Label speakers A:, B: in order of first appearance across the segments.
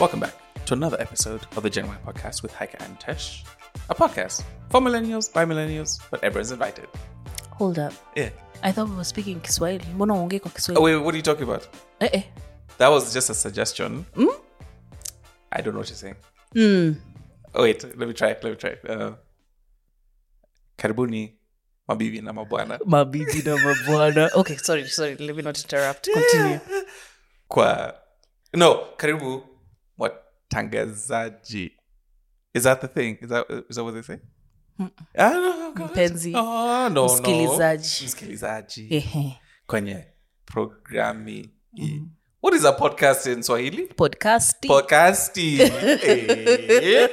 A: Welcome back to another episode of the Gen Y podcast with Haika and Tesh, a podcast for millennials by millennials, but everyone's invited.
B: Hold up.
A: Yeah.
B: I thought we were speaking Kiswahili. Mbona uongee kwa
A: Oh,
B: Kiswahili?
A: wait, what are you talking about?
B: Eh eh.
A: That was just a suggestion. I don't know what you're saying.
B: Mm.
A: Oh, wait, let me try it. Let me try it. Uh, karibuni, mabibi na mabwana.
B: Mabibi na mabwana. Okay, sorry, sorry. Let me not interrupt. Continue.
A: Kwa. No, karibu watangazaji. Is that the thing? Is that is that what they say? Ah, no, God.
B: Mpenzi.
A: Oh, no, no.
B: Msikilizaji.
A: Msikilizaji.
B: Ehe.
A: kwenye programi hii.
B: Mm-hmm.
A: What is a podcast in Swahili?
B: Podcasting.
A: Podcasti. Eh.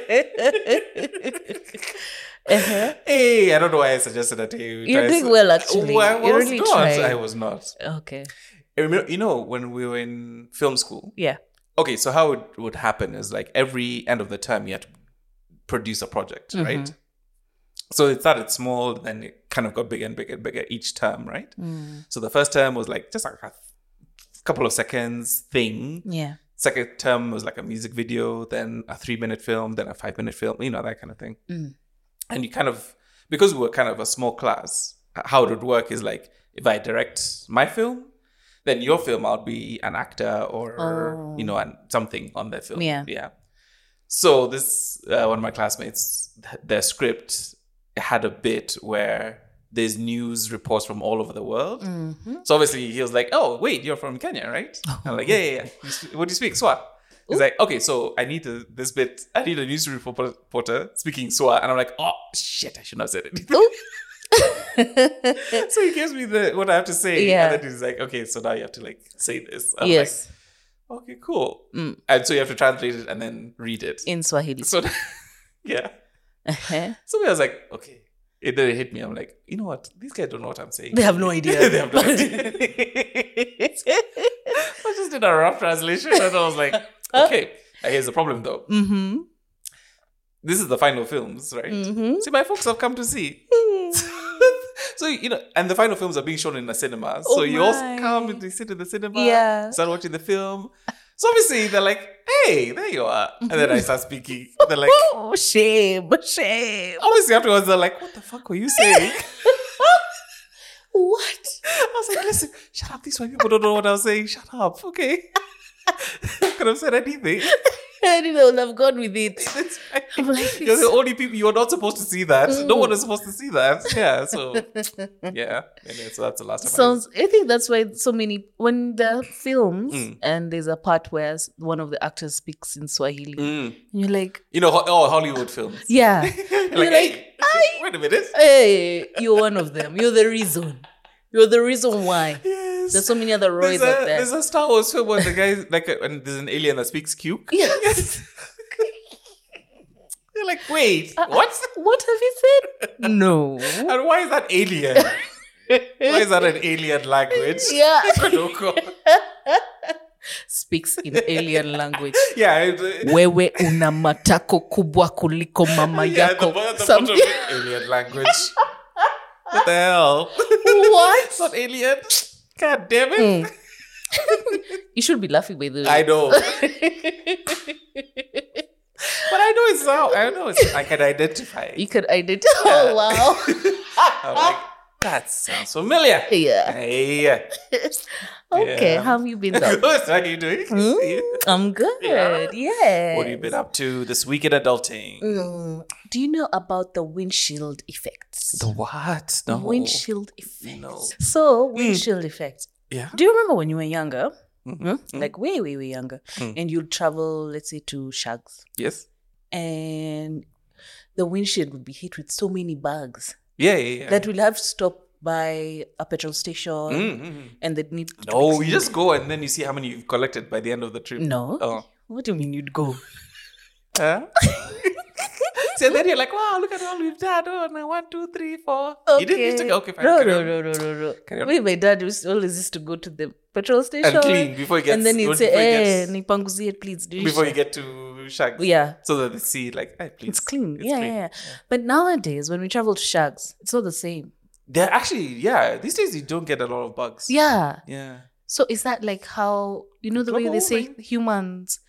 A: Eh, I don't know why I suggested that. You
B: You're
A: try-
B: doing well, actually.
A: Oh, I was
B: You're really
A: not.
B: trying.
A: I was not.
B: okay.
A: I remember- You know, when we were in film school,
B: Yeah.
A: okay, so how it would happen is like every end of the term you had to produce a project, right? So it started small, then it kind of got bigger and bigger and bigger each term, right? So the first term was like just like a couple of seconds thing.
B: Yeah.
A: Second term was like a music video, then a three minute film, then a five minute film, you know, that kind of thing. And you kind of, because we were kind of a small class, how it would work is like if I direct my film, then your film, I'll be an actor or, you know, and something on their film.
B: Yeah.
A: Yeah. So this, uh, one of my classmates, th- their script had a bit where there's news reports from all over the world. So obviously he was like, "Oh, wait, you're from Kenya, right?"
B: Oh.
A: I'm like, "Yeah, yeah, yeah." You sp- what do you speak? Swa. He's like, "Okay, so I need a, this bit. I need a news reporter reporter speaking Swa," and I'm like, "Oh shit, I shouldn't have said it." so he gives me the what I have to say,
B: Yeah.
A: and then he's like, "Okay, so now you have to like say this." I'm
B: Yes. Mm.
A: Like, okay, cool. And so you have to translate it and then read it.
B: In Swahili.
A: So, yeah.
B: Ehe.
A: So I was like, okay. It then it hit me. I'm like, you know what? These guys don't know what I'm saying.
B: They have no idea.
A: they have no idea. I just did a rough translation and I was like, okay, uh, here's the problem though.
B: mm-hmm.
A: This is the final films, right?
B: Mhm.
A: See, my folks have come to see. so, you know, and the final films are being shown in the cinema. So
B: Oh
A: you also
B: my.
A: come and you sit in the cinema,
B: Yeah.
A: start watching the film. So obviously they're like, hey, there you are. And then I start speaking. They're like,
B: Oh, shame, shame.
A: obviously afterwards they're like, what the fuck were you saying?
B: What?
A: I was like, listen, shut up. These white people don't know what I was saying. Shut up. Okay. Could have said anything.
B: I didn't know. I've gone with it.
A: It's fine.
B: I'm like,
A: You're the only people you're not supposed to see that. No one is supposed to see that. Yeah. So yeah. Anyway, so that's the last time.
B: sounds i think that's why so many when there are films
A: Mm.
B: and there's a part where s- one of the actors speaks in swahili
A: I, Mm.
B: and you're like
A: You know, ho- oh Hollywood films.
B: yeah
A: You're
B: you're
A: like,
B: like,
A: hey, wait a minute.
B: hey you're one of them you're the reason you're the reason why
A: Yes.
B: there's so many other roys
A: there's, a,
B: out there
A: there's a Star Wars film where the guy like, a, and there's an alien that speaks Cuke.
B: yes
A: You're like, wait, what?
B: Ah, what have you said no
A: And why is that alien? why is that an alien language? Oh,
B: yeah
A: No comment.
B: speaks in alien language
A: yeah, it-
B: wewe una matako kubwa kuliko mama
A: yeah, the,
B: yako
A: bo- the bottom
B: Something-
A: bit, alien language. what the hell?
B: what
A: It's not alien. God damn it!
B: Mm. you should be laughing by the way
A: I know, but I know it's how I know it's. I can identify.
B: you could identify. Oh wow!
A: I'm like, that sounds familiar.
B: yeah.
A: Hey,
B: Okay.
A: Yeah.
B: How have you been?
A: good.
B: Though?
A: How are you doing?
B: Mm, I'm good.
A: Yeah.
B: Yeah.
A: What have you been up to this week in adulting?
B: Mm, Do you know about the windshield effects?
A: The what? No.
B: Windshield effect.
A: No. Hmm.
B: So windshield effect.
A: Yeah.
B: Do you remember when you were younger?
A: Mm-hmm.
B: Mm, Like way, way, way younger,
A: Hmm.
B: and you'd travel, let's say, to Shags,
A: Yes.
B: and the windshield would be hit with so many bugs
A: Yeah. Yeah. yeah.
B: that we'll have to stop by a petrol station,
A: Mm, mm, mm.
B: and they need to
A: No,
B: mix
A: you just go and then you see how many you've collected by the end of the trip.
B: No.
A: Oh.
B: What do you mean you'd go?
A: Huh? so then you're like, wow, look at all we've done. Oh, now one, two, three, four. You didn't used to go, okay, fine.
B: No,
A: carry
B: no,
A: on.
B: no, no, no,
A: Carry
B: no.
A: on.
B: Me, my dad used always used to go to the petrol station
A: clean before he gets-
B: and then
A: before
B: he'd say,
A: he
B: "Eh,
A: gets-
B: nipanguzie please." Do
A: Before you get to Shag.
B: yeah,
A: So that they see, like, hey, please.
B: it's clean. yeah, yeah, yeah. But nowadays, when we travel to Shags, it's not the same.
A: They're actually, yeah, these days you don't get a lot of bugs.
B: Yeah.
A: Yeah.
B: So is that like how you know the way
A: Global
B: they say
A: warming.
B: humans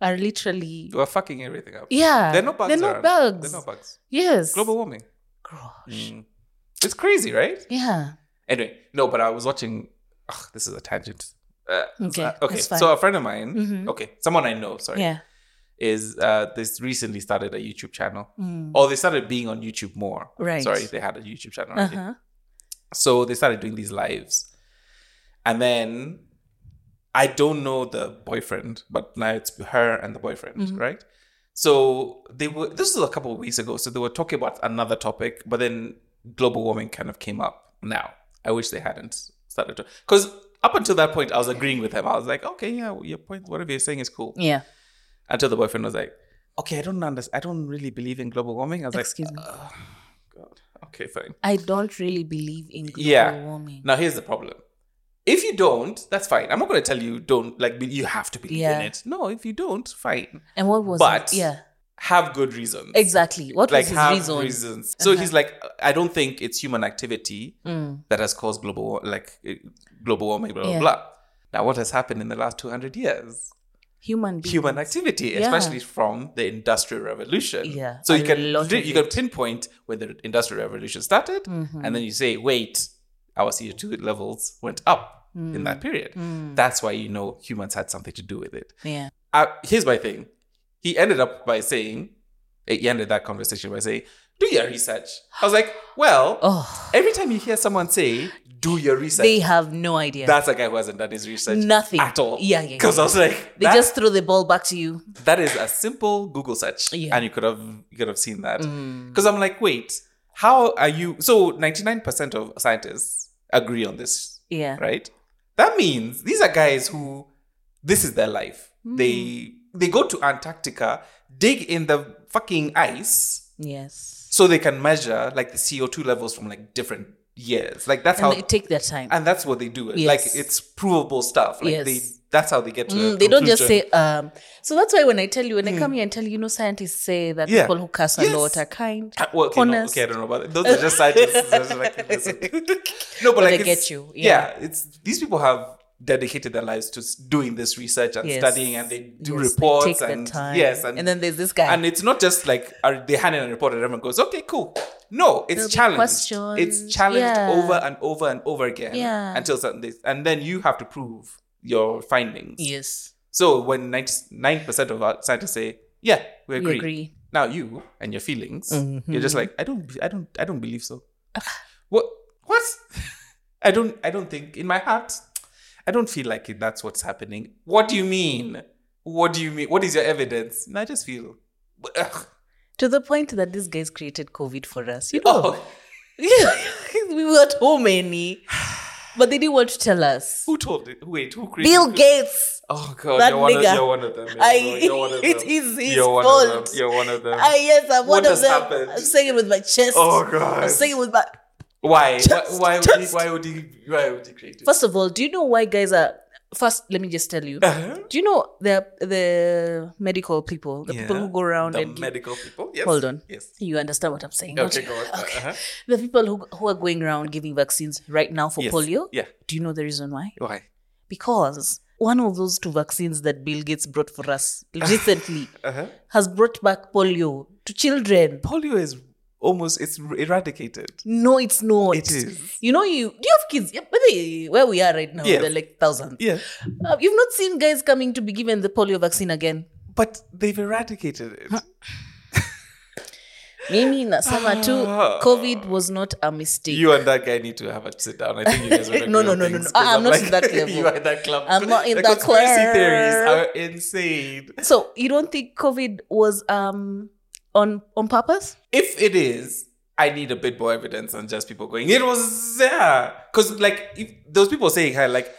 B: are literally
A: We're fucking everything up.
B: yeah.
A: There are no bugs.
B: There are no
A: around.
B: bugs.
A: There are no bugs.
B: yes.
A: Global warming.
B: Gosh.
A: Mm. It's crazy, right?
B: Yeah.
A: Anyway, no, but I was watching. Ugh, this is a tangent. Uh,
B: Okay,
A: uh, okay.
B: that's fine.
A: So a friend of mine,
B: Mhm.
A: okay, someone I know, sorry,
B: Yeah.
A: is uh, this recently started a YouTube channel,
B: Mm.
A: or they started being on YouTube more.
B: Right.
A: Sorry, they had a YouTube channel.
B: Uh
A: Already.
B: huh.
A: So they started doing these lives, and then I don't know the boyfriend, but now it's her and the boyfriend, right? So they were. This was a couple of weeks ago. So they were talking about another topic, but then global warming kind of came up. Now I wish they hadn't started to because up until that point I was agreeing with him. I was like, okay, yeah, your point, whatever you're saying is cool.
B: Yeah.
A: Until the boyfriend was like, okay, I don't understand. I don't really believe in global warming. I was
B: Excuse me.
A: like, "Ugh, God, okay, fine.
B: I don't really believe in global
A: Yeah.
B: warming.
A: Now here's the problem. If you don't, that's fine. I'm not going to tell you don't like be- you have to believe
B: Yeah.
A: in it. No, if you don't, fine.
B: And what was
A: But-
B: it? Yeah.
A: Have good reasons.
B: Exactly. What
A: Like
B: was his
A: have
B: reason?
A: reasons. So he's like, I don't think it's human activity
B: Mm.
A: that has caused global war- like eh, global warming. Blah blah
B: Yeah.
A: blah. Now, what has happened in the last 200 years?
B: Human being.
A: Human activity, especially from the Industrial Revolution.
B: Yeah,
A: So
B: a
A: you can
B: lot of
A: you can pinpoint when the Industrial Revolution started,
B: Mm-hmm.
A: and then you say, wait, our CO2 levels went up in
B: Mm.
A: that period. That's why you know humans had something to do with it.
B: Yeah.
A: Uh, here's my thing. He ended up by saying, eh, he ended that conversation by saying, do your research. I was like, well,
B: Oh,
A: every time you hear someone say, do your research,
B: they have no idea.
A: that's a guy who hasn't done his research
B: Nothing.
A: at all.
B: Yeah, yeah, yeah.
A: Because I was like,
B: they
A: that-
B: just throw the ball back to you.
A: that is a simple Google search,
B: Yeah. Mm.
A: and you could have you could have seen that. Because I'm like, wait, how are you? So 99% of scientists agree on this,
B: Yeah.
A: right? That means these are guys who this is their life.
B: Mm.
A: They they go to Antarctica, dig in the fucking ice,
B: Yes.
A: so they can measure like the CO2 levels from like different years. Like that's
B: And
A: how.
B: they take their time.
A: and that's what they do.
B: Yes.
A: Like it's provable stuff. Like
B: Yes.
A: they, that's how they get to. a
B: Mm, they don't just
A: conclusion. Hmm.
B: say. Um, so that's why when I tell you, when I come here and tell you, you know, scientists say that
A: Yeah.
B: people who curse a
A: Yes.
B: lot are kind.
A: Uh, Well, okay, no,
B: Honest.
A: okay, I don't know about that. Those are just scientists. Those are like, listen. no, but, like
B: they
A: it's-
B: get you,
A: Yeah. it's these people have dedicated their lives to s- doing this research and
B: Yes.
A: studying, and they do
B: Yes, they
A: reports
B: take their
A: and
B: time.
A: yes, and,
B: and then there's this guy.
A: and it's not just like are they hand in a report and everyone goes, okay, cool. No, it's
B: There'll be
A: challenged.
B: questions.
A: It's challenged
B: Yeah.
A: over and over and over again
B: Yeah.
A: until something, and then you have to prove your findings.
B: yes,
A: So when ninety-nine percent of our scientists say, "Yeah, we agree,",
B: agree.
A: now you and your feelings, you're
B: Mm-hmm.
A: just like, "I don't, I don't, I don't believe so." what? What? I don't, I don't think in my heart, I don't feel like it, that's what's happening. What do you mean? What do you mean? What is your evidence? And I just feel. Ugh.
B: to the point that these guys created COVID for us. You know,
A: Oh,
B: we were at home, any, but they didn't want to tell us.
A: who told it? Wait, who created?
B: Bill
A: it?
B: Gates.
A: Oh God,
B: that
A: you're one, of,
B: nigga.
A: you're one of them.
B: I-
A: you're one- you're one of
B: it
A: them.
B: is his
A: You're one of
B: fault.
A: them. You're one of them.
B: Ah, yes, I'm
A: What
B: one of
A: has
B: them.
A: happened?
B: I'm saying it with my chest.
A: oh God.
B: I'm saying it with my.
A: Why?
B: Just-
A: why? Why would, he,
B: just-
A: why would he? Why would he create it?
B: First of all, do you know why guys are? First, let me just tell you.
A: Uh-huh.
B: Do you know the the medical people, the people
A: Yeah.
B: who go around
A: the
B: and give-
A: medical people. Yes.
B: hold on,
A: Yes.
B: you understand what I'm saying? don't
A: Okay,
B: you?
A: go on.
B: Okay.
A: Uh-huh.
B: The people who who are going around giving vaccines right now for
A: Yes.
B: polio.
A: Yeah.
B: Do you know the reason why?
A: Why?
B: Because one of those two vaccines that Bill Gates brought for us recently
A: Uh-huh.
B: has brought back polio to children.
A: Polio is almost it's eradicated.
B: No, it's not.
A: It is.
B: You know, you do you have kids? Yeah, by the way, where we are right now,
A: Yes.
B: they're like thousands.
A: Yeah,
B: Uh, you've not seen guys coming to be given the polio vaccine again.
A: but they've eradicated it.
B: Mimi nasema tu
A: Ah.
B: COVID was not a mistake.
A: You and that guy need to have a sit down. I think you guys would
B: No,
A: agree
B: no,
A: on
B: no, no,
A: things,
B: no.
A: 'cause
B: I'm not in that
A: You
B: level.
A: are in that club.
B: I'm not in
A: the
B: that
A: conspiracy
B: club.
A: theories are insane.
B: so you don't think COVID was um on on purpose?
A: if it is, I need a bit more evidence than just people going, it was there. Because, like, if those people saying, hey, like,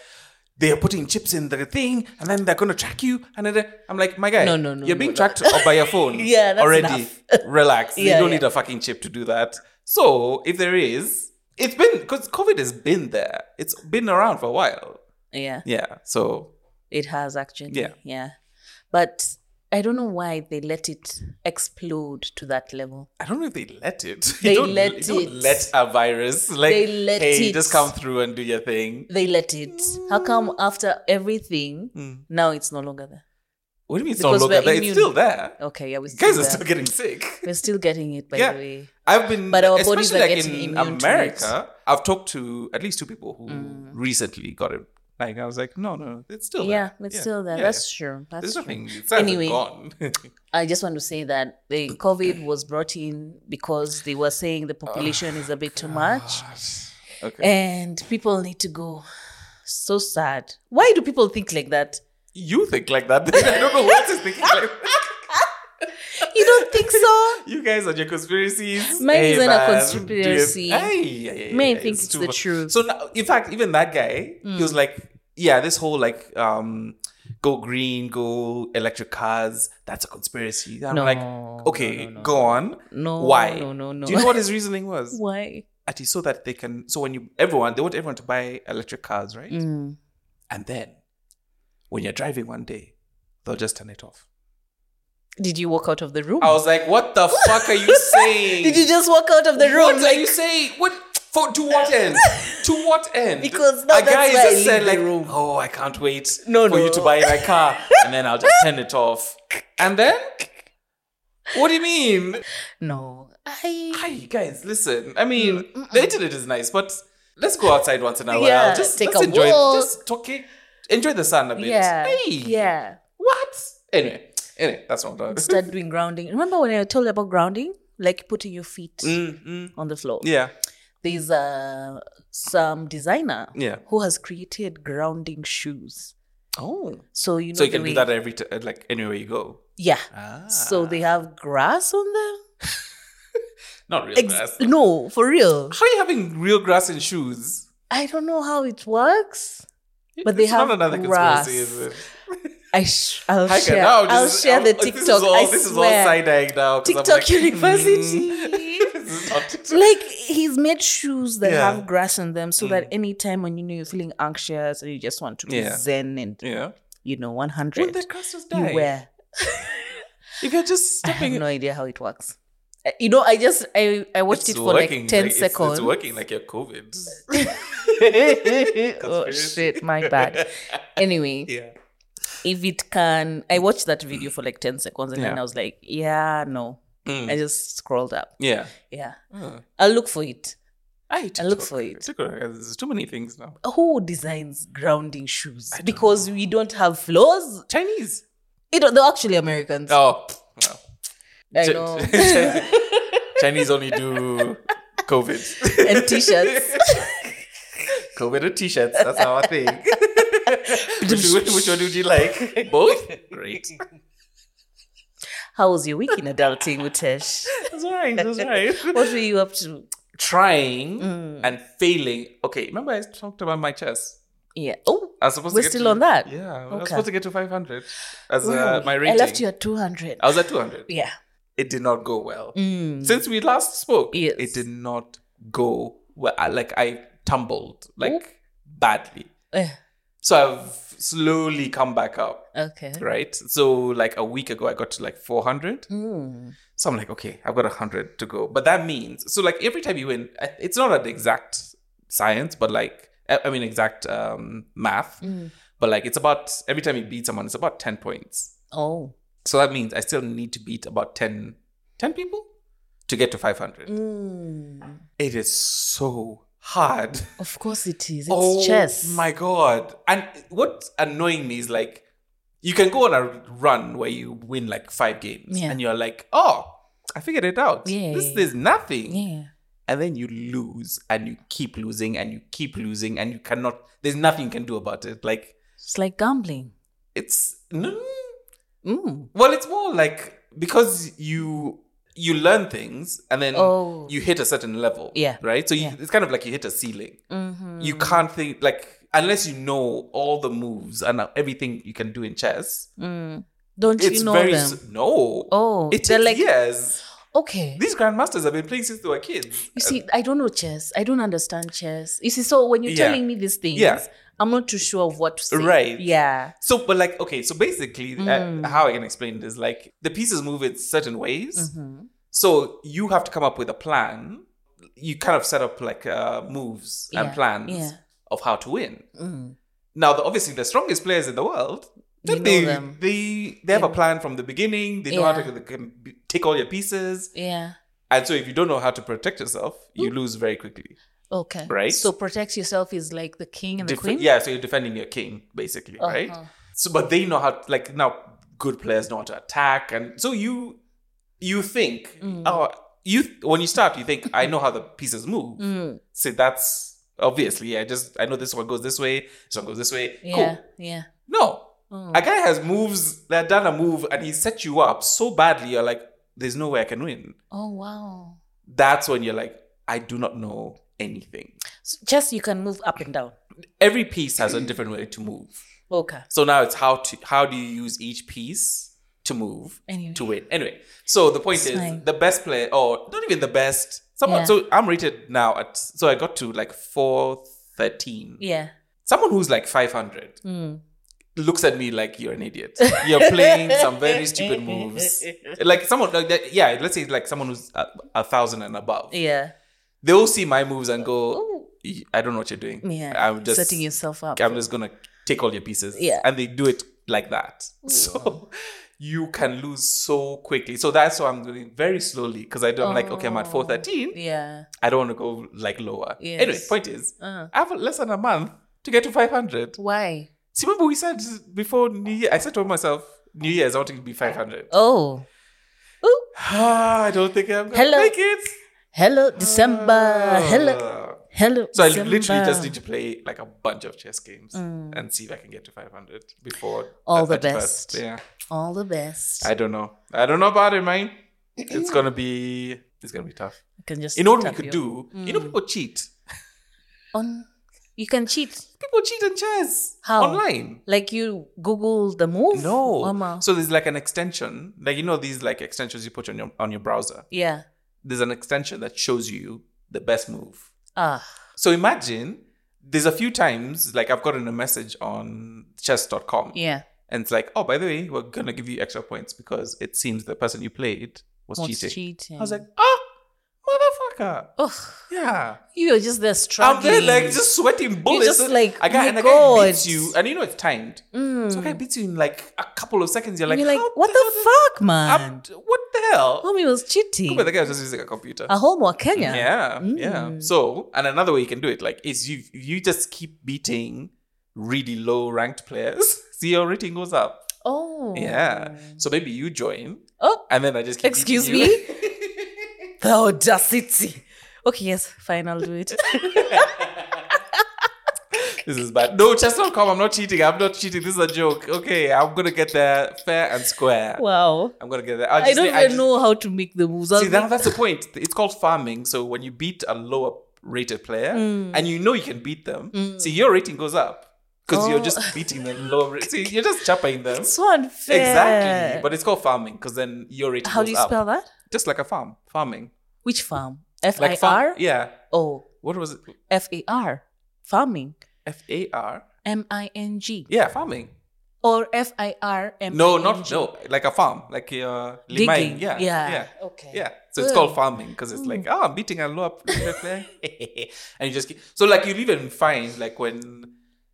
A: they are putting chips in the thing and then they're going to track you. And then they're- I'm like, my guy,
B: No, no, no,
A: you're
B: no,
A: being
B: no.
A: tracked up by your phone
B: Yeah, that's
A: already.
B: enough.
A: Relax. you
B: Yeah,
A: don't
B: yeah.
A: need a fucking chip to do that. So, if there is, it's been, because COVID has been there, it's been around for a while.
B: Yeah,
A: Yeah. So,
B: it has actually.
A: Yeah.
B: yeah. But I don't know why they let it explode to that level.
A: I don't know if they let it.
B: They
A: you don't,
B: let
A: you don't
B: it.
A: let a virus. Like,
B: They let
A: hey,
B: it.
A: just come through and do your thing. Mm.
B: They let it. How come after everything, now it's no longer there?
A: What do you mean it's
B: Because
A: not
B: we're
A: local? It's
B: immune.
A: still there.
B: Okay, yeah, we still
A: Guys are
B: there.
A: still getting sick.
B: We're still getting it by
A: Yeah.
B: the way.
A: I've been,
B: But our
A: especially
B: bodies are
A: like
B: getting
A: in
B: immune to Mm.
A: America. I've talked to at least two people who recently got it. Like I was like, no, no, it's still
B: Yeah,
A: there.
B: it's still there.
A: yeah,
B: That's
A: yeah.
B: true. That's
A: There's
B: true.
A: nothing. It's anyway.
B: Anyway.
A: gone.
B: I just want to say that the COVID was brought in because they were saying the population is a bit
A: Oh,
B: too much
A: okay.
B: and people need to go. So sad. Why do people think like that?
A: you think like that? I don't know what is thinking like that.
B: You don't think so?
A: You guys and your conspiracies.
B: Mine isn't a
A: man.
B: conspiracy.
A: Dude, ay, ay, ay,
B: Mine
A: ay,
B: thinks it's
A: too
B: the
A: much.
B: truth. Mm.
A: So now, in fact, even that guy, he was like, yeah, this whole like, um, go green, go electric cars. That's a conspiracy. I'm
B: No,
A: like,
B: no,
A: okay,
B: no, no.
A: go on.
B: No.
A: Why?
B: No, no, no.
A: Do you know what his reasoning was?
B: Why?
A: At so that they can. So when you everyone, they want everyone to buy electric cars, right?
B: Mm.
A: And then, when you're driving one day, they'll just turn it off.
B: Did you walk out of the room?
A: I was like, what the fuck are you saying?
B: Did you just walk out of the
A: What
B: room?
A: are you saying? What for? To what end? to what end?
B: Because now
A: a guy
B: that's why I
A: just said like,
B: leave the room.
A: "Oh, I can't wait
B: No,
A: for
B: no.
A: you to buy my car," and then I'll just turn it off. And then, what do you mean?
B: no. I.
A: Hi, guys, listen. I mean, the internet is nice, but let's go outside once in a while.
B: Mm, Yeah,
A: just
B: take
A: let's
B: a
A: enjoy,
B: walk.
A: Just talk it, enjoy the sun a bit.
B: Yeah.
A: Hey,
B: Yeah.
A: What? Anyway, anyway, that's not done.
B: Start doing grounding. Remember when I told you about grounding? Like putting your feet on the floor.
A: Mm. Yeah,
B: there's uh, some designer
A: Yeah.
B: who has created grounding shoes.
A: Oh,
B: So you know,
A: so you
B: the
A: can
B: way-
A: do that every t- like anywhere you go.
B: Yeah.
A: Ah.
B: So they have grass on them.
A: Not real
B: Ex-
A: grass.
B: No, for real.
A: How are you having real grass in shoes?
B: I don't know how it works, but they
A: It's
B: have
A: not another
B: grass.
A: conspiracy, is it?
B: I sh- I'll
A: I can
B: share.
A: now.
B: I'll
A: this is-
B: share the
A: oh,
B: TikTok.
A: This is all,
B: I
A: this is all
B: swear.
A: side eyeing now. 'cause I'm
B: TikTok
A: like, mm,
B: University.
A: this is not TikTok.
B: like he's made shoes that
A: Yeah. Mm.
B: have grass in them, so that any time when you know you're feeling anxious and you just want to be
A: Yeah.
B: zen and
A: Yeah.
B: you know 100,
A: Wouldn't that grass just
B: you
A: die?
B: wear
A: If you're just
B: I have
A: stepping
B: no idea how it works. Uh, You know, I just I, I watched it for like ten
A: it's-
B: seconds.
A: It's, working like your COVID.
B: oh shit, my bad. Anyway,
A: Yeah.
B: if it can, I watched that video for like ten seconds and then
A: Yeah.
B: I was like, yeah, no.
A: Mm. Hmm.
B: I just scrolled up.
A: Yeah.
B: Yeah,
A: Huh.
B: I'll look for it.
A: I,
B: I'll look for it.
A: TikTok, There's too many things now.
B: Who designs grounding shoes? Because we don't have floors.
A: Chinese.
B: It, they're actually Americans.
A: Oh. well.
B: I
A: Chi-
B: know.
A: Chinese only do COVID.
B: and t-shirts.
A: COVID and t-shirts. That's our thing. which, one- which one would you like? Both. Great.
B: How was your week in adulting, Utesh?
A: That's right. That's right.
B: What were you up to?
A: Trying
B: Mm.
A: and failing. Okay, remember I talked about my chess.
B: Yeah. Oh,
A: I was supposed
B: We're
A: to get
B: still
A: to-
B: on that?
A: Yeah, I
B: Okay.
A: was supposed to get to 500 as
B: where are
A: uh,
B: we?
A: my Oh. rating.
B: I left you at 200.
A: I was at 200.
B: yeah.
A: It did not go well.
B: Mm.
A: Since we last spoke,
B: Yes.
A: it did not go well. I, like I tumbled like badly.
B: Eh,
A: So I've slowly come back up,
B: okay.
A: right? So like a week ago, I got to like 400.
B: Mm.
A: So I'm like, okay, I've got 100 to go. But that means, so like every time you win, I- it's not an exact science, but like, I I mean, exact um, math,
B: Mm.
A: but like it's about, every time you beat someone, it's about 10 points.
B: Oh.
A: So that means I still need to beat about 10, 10 people to get to 500.
B: Mm.
A: It is so hard.
B: Of course it is. It's
A: oh
B: chess.
A: my God. And what's annoying me is like, you can go on a run where you win like five games
B: Yeah.
A: and you're like, oh, I figured it out.
B: Yeah,
A: this
B: yeah,
A: is nothing
B: Yeah.
A: and then you lose and you keep losing and you keep losing and you cannot there's nothing you can do about it like
B: It's like gambling.
A: it's no
B: Mm.
A: well it's more like because you you learn things and then
B: Oh.
A: you hit a certain level
B: Yeah.
A: right so you,
B: Yeah.
A: it's kind of like you hit a ceiling
B: Mm-hmm.
A: you can't think like unless you know all the moves and everything you can do in chess
B: Mm. Don't
A: it's
B: you know
A: very
B: them?
A: s- no
B: Oh,
A: it
B: they're
A: takes
B: like-
A: years
B: okay.
A: these grandmasters have been playing since they were kids
B: You see, I don't know chess. I don't understand chess. You see, so when you're
A: Yeah.
B: telling me these things,
A: Yeah.
B: I'm not too sure of what to say.
A: Right.
B: Yeah.
A: So, but like, okay, so basically,
B: Mm.
A: uh, how I can explain it is like the pieces move in certain ways.
B: Mm-hmm.
A: So you have to come up with a plan. You kind of set up like uh, moves and
B: Yeah,
A: plans
B: yeah.
A: of how to win.
B: Mm.
A: Now, the, obviously, the strongest players in the world
B: You
A: But
B: know
A: they,
B: them.
A: they they have a plan from the beginning. They know how
B: Yeah.
A: to they can b- take all your pieces,
B: Yeah.
A: and so if you don't know how to protect yourself, you
B: Mm.
A: lose very quickly.
B: Okay.
A: Right?
B: So protect yourself is like the king and the
A: Def-
B: queen.
A: Yeah, so you're defending your king basically, right?
B: Uh-huh.
A: So, but they know how. Like now, good players know how to attack, and so you you think
B: Mm.
A: oh you when you start you think I know how the pieces move.
B: Mm.
A: So that's obviously I just I know this one goes this way, this one goes this way.
B: Yeah.
A: Cool.
B: Yeah.
A: No.
B: Mm.
A: A guy has moves that done a move and he set you up so badly, you're like, there's no way I can win.
B: Oh wow.
A: That's when you're like, I do not know anything.
B: So just you can move up and down.
A: Every piece has a different way to move.
B: Okay.
A: So now it's how to how do you use each piece to move
B: Anyway.
A: to win. Anyway, so the point is
B: Fine.
A: the best player, or not even the best. Someone
B: Yeah.
A: so I'm rated now at so I got to like four thirteen.
B: Yeah.
A: Someone who's like five hundred
B: Mm.
A: looks at me like you're an idiot. You're playing some very stupid moves. Like someone like that, yeah, let's say like someone who's a, a thousand and above.
B: Yeah.
A: They'll see my moves and go,
B: Oh.
A: I don't know what you're doing.
B: Yeah.
A: I'm just
B: setting yourself up.
A: I'm just gonna take all your pieces.
B: Yeah.
A: And they do it like that. So you can lose so quickly. So that's why I'm doing very slowly because I don't like okay, I'm at
B: Oh.
A: four thirteen.
B: Yeah.
A: I don't want to go like lower.
B: Yes.
A: Anyway, point is
B: Uh.
A: I have less than a month to get to five hundred.
B: Why?
A: See, remember we said before New Year, I said to myself, New Year's, I want it to be 500.
B: Oh. Ooh.
A: Ah, I don't think I'm going to
B: Hello.
A: make it.
B: Hello, December. Hello.
A: Ah.
B: Hello.
A: So I
B: December.
A: literally just need to play like a bunch of chess games
B: Mm.
A: and see if I can get to 500 before
B: All
A: the
B: the
A: 31st.
B: best.
A: Yeah.
B: all the best.
A: I don't know. I don't know about it, man. It's going to be, it's going to be tough.
B: You can just
A: You know what we
B: tap
A: could
B: your-
A: do? You know,
B: Mm.
A: people cheat.
B: on you can cheat
A: People cheat in chess.
B: How?
A: Online.
B: like you google the move
A: No.
B: Oh, Mama.
A: So there's like an extension. Like, you know, these like extensions you put on your, on your browser.
B: yeah
A: there's an extension that shows you the best move.
B: ah
A: So imagine there's a few times like I've gotten a message on chess.com
B: yeah
A: and it's like, oh, by the way, we're going to give you extra points because it seems the person you played was
B: What's
A: cheating.
B: cheating
A: I was like, ah, motherfucker.
B: oh
A: Yeah.
B: you're just there
A: I'm
B: struggling
A: there like just sweating bullets.
B: just like,
A: a guy,
B: my
A: and a guy beats
B: God.
A: you and you know it's timed.
B: Mm.
A: So a guy beats you in like a couple of seconds. You're like,
B: you're like
A: "How
B: what the
A: hell
B: fuck
A: did- I'm-
B: man
A: what the hell?
B: homie was cheating
A: But the guy was just using a computer.
B: a homework kenya
A: Yeah, yeah.
B: Mm.
A: So, and another way you can do it, like, is you you just keep beating really low ranked players. See, your rating goes up.
B: oh
A: Yeah. So maybe you join,
B: oh
A: and then I just keep beating
B: excuse
A: you.
B: me the audacity okay yes fine i'll do it
A: this is bad. No, chess.com. I'm not cheating. I'm not cheating. This is a joke. Okay, I'm gonna get there fair and square.
B: wow
A: I'm gonna get there. I'll
B: i
A: just
B: don't
A: say-
B: even
A: I just-
B: know how to make the moves I'll
A: See, that,
B: make-
A: that's the point. It's called farming. So when you beat a lower rated player
B: Mm.
A: and you know you can beat them, see, your rating goes up because you're
B: Oh.
A: just beating the lower rate. See, you're just chapping them.
B: it's so unfair
A: Exactly. But it's called farming because then your rating
B: how
A: goes
B: do you
A: up.
B: spell that
A: Just like a farm. Farming.
B: Which farm? F
A: Like
B: I
A: farm.
B: R?
A: Yeah.
B: Oh,
A: What was it?
B: F A R. Farming.
A: F A R?
B: M I N G.
A: Yeah, farming.
B: Or F I R M.
A: No, not no. Like a farm. Like uh, limaing.
B: Digging.
A: Yeah.
B: Yeah.
A: Yeah.
B: Okay.
A: Yeah, so it's
B: Good.
A: called farming because it's like, oh, I'm beating a low up player, and you just keep, so like you'll even find like when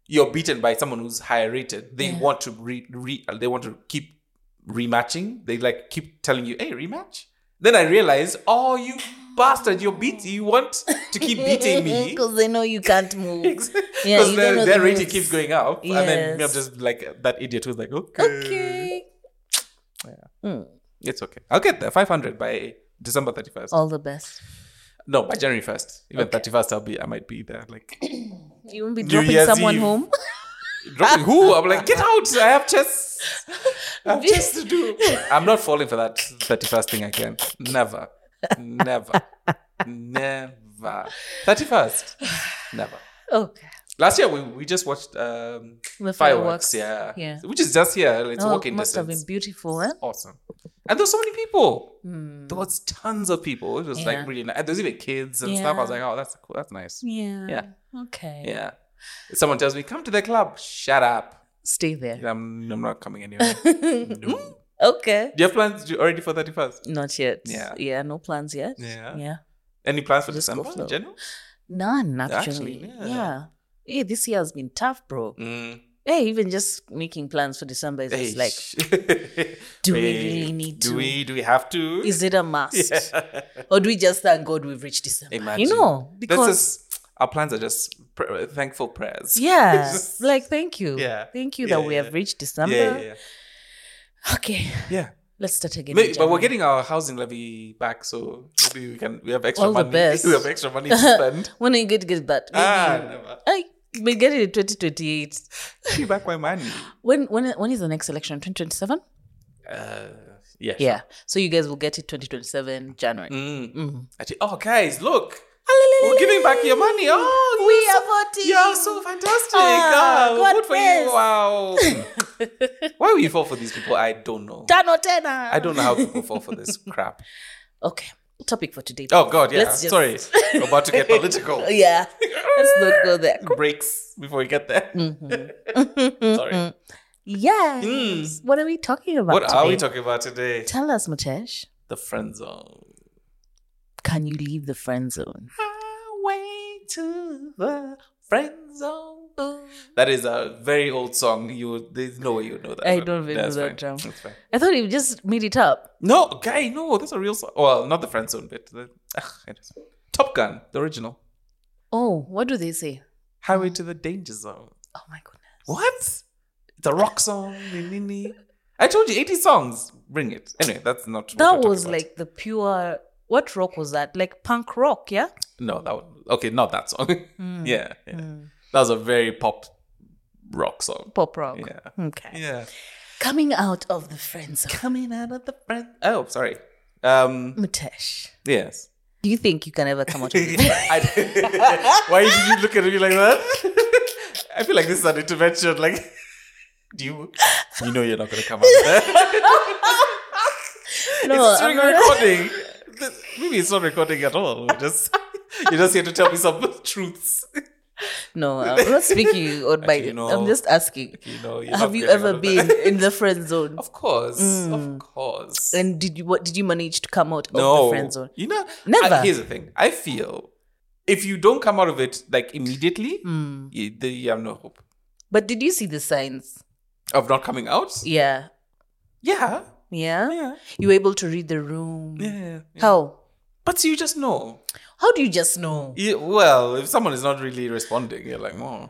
A: you're beaten by someone who's higher rated, they want to re, re they want to keep rematching. They like keep telling you, hey, rematch. Then I realize, oh, you bastard, you're beat. You want to keep beating me
B: Because they know you can't move.
A: because
B: Yeah, you don't
A: their,
B: know
A: their
B: the
A: rating
B: rules.
A: keeps going up, and then me, I'm
B: Yes.
A: just like that idiot who's like, okay,
B: Okay.
A: it's okay. I'll get there. 500 by December 31st.
B: All the best.
A: No, by January first. Even thirty first, I'll be. I might be there. Like
B: You won't be
A: New
B: dropping
A: Year's
B: someone
A: Eve.
B: home.
A: dropping who? I'm like, get out! I have chess. I have chess to do. I'm not falling for that thirty first thing again. Never, never, never. Thirty first, never.
B: okay.
A: Last year we, we just watched um,
B: The
A: fireworks.
B: fireworks,
A: Yeah,
B: yeah.
A: Which is just here. It's
B: Oh,
A: walking
B: must have
A: distance.
B: been beautiful, eh?
A: awesome. And there's so many people. There was tons of people. It was
B: Hmm. Yeah.
A: like really nice. And there's even kids and stuff. I was like, oh, that's cool. That's nice.
B: Yeah.
A: Yeah.
B: Okay.
A: Yeah. Someone tells me, come to the club. Shut up.
B: Stay there.
A: I'm, I'm not coming anywhere. no. Do
B: Okay.
A: you have plans to- already for 31st?
B: Not yet.
A: Yeah.
B: Yeah. No plans yet.
A: Yeah.
B: Yeah.
A: Any plans for
B: Just go
A: December in
B: flow.
A: general?
B: None actually.
A: Actually,
B: yeah.
A: yeah.
B: Hey, this year has been tough, bro.
A: Mm.
B: Hey, even just making plans for December is just like,
A: like,
B: do we really need
A: Do
B: to?
A: we? Do we have to?
B: is it a must? Or do we just thank God we've reached December?
A: Imagine.
B: You know,
A: That's
B: because
A: just- our plans are just pr- uh, thankful prayers.
B: yeah,
A: Just-
B: like thank you,
A: Yeah.
B: thank you
A: Yeah,
B: that we
A: yeah,
B: have reached December.
A: yeah, yeah, yeah.
B: Okay,
A: yeah.
B: let's start again. in
A: Maybe, but we're
B: January.
A: getting our housing levy back, so maybe we can. We have extra
B: All the
A: money.
B: best.
A: we have extra money to spend.
B: when are you going to get that? Maybe,
A: ah, never.
B: I we get it in twenty twenty eight.
A: Give me back my money.
B: When when when is the next election? Twenty twenty seven.
A: Uh, yeah. sure.
B: Yeah, so you guys will get it twenty twenty seven January.
A: Mm.
B: Mm.
A: Actually, oh, guys, look, we're giving back your money. Oh,
B: We
A: you're
B: are
A: so- You're so
B: voting.
A: fantastic.
B: Ah,
A: Ah,
B: God
A: good for
B: bless.
A: you. Wow. Why would you fall for these people? I don't know.
B: Tano tena.
A: I don't know how people fall for this crap.
B: Okay, topic for today.
A: Oh God, yeah.
B: Let's just-
A: Sorry, We're about to get political.
B: Yeah, let's not go there.
A: Breaks before we get there. Sorry.
B: Yes.
A: Mm.
B: What are we talking about?
A: What are we
B: today?
A: talking about today?
B: Tell us, Matesh.
A: The friend zone.
B: Can you leave the friend zone?
A: Highway to the friend zone. That is a very old song. You there's no way you would know that.
B: I
A: one.
B: don't really
A: That's
B: know that
A: fine.
B: drum.
A: That's fine.
B: I thought you just made it up.
A: No, guy, no, that's a real song. Well, not the friend zone bit. The, ah, I just- Top Gun, the original.
B: Oh, what do they say?
A: Highway to the danger zone.
B: Oh my goodness.
A: What? It's a rock song. ni- ni- ni. I told you, 80 songs. Bring it. Anyway, that's not. what we're
B: That
A: talking
B: was
A: about.
B: like the pure. What rock was that? Like punk rock, yeah?
A: No, that one. Okay, not that song.
B: Hmm,
A: yeah. yeah. That was a very pop rock song.
B: Pop rock.
A: Yeah.
B: Okay.
A: Yeah.
B: Coming out of the friend zone.
A: Coming out of the friend. Oh, sorry. Um.
B: Matesh,
A: Yes.
B: do you think you can ever come out of the
A: I- why did you look at me like that? I feel like this is an intervention. Like, do you? You know you're not gonna come out. of that.
B: No,
A: it's during
B: I'm not-
A: recording. This- Maybe it's not recording at all. We're just you're just here to tell me some truths.
B: No, I'm not speaking on my.
A: Actually, no.
B: I'm just asking.
A: You know. You're
B: Have
A: not
B: you
A: getting
B: ever
A: out of that.
B: been in the friend zone?
A: Of course. Of course.
B: And did you what did you manage to come out of the friend zone?
A: You know,
B: Never.
A: I- here's the thing. I feel if you don't come out of it like immediately,
B: Mm.
A: you, then you have no hope
B: Hmm. But did you see the signs?
A: of not coming out.
B: Yeah. Oh,
A: Yeah,
B: Yeah.
A: yeah,
B: You were able to read the room.
A: yeah. yeah.
B: How?
A: But you just know.
B: How do you just know?
A: You- well, if someone is not really responding, you're like, oh,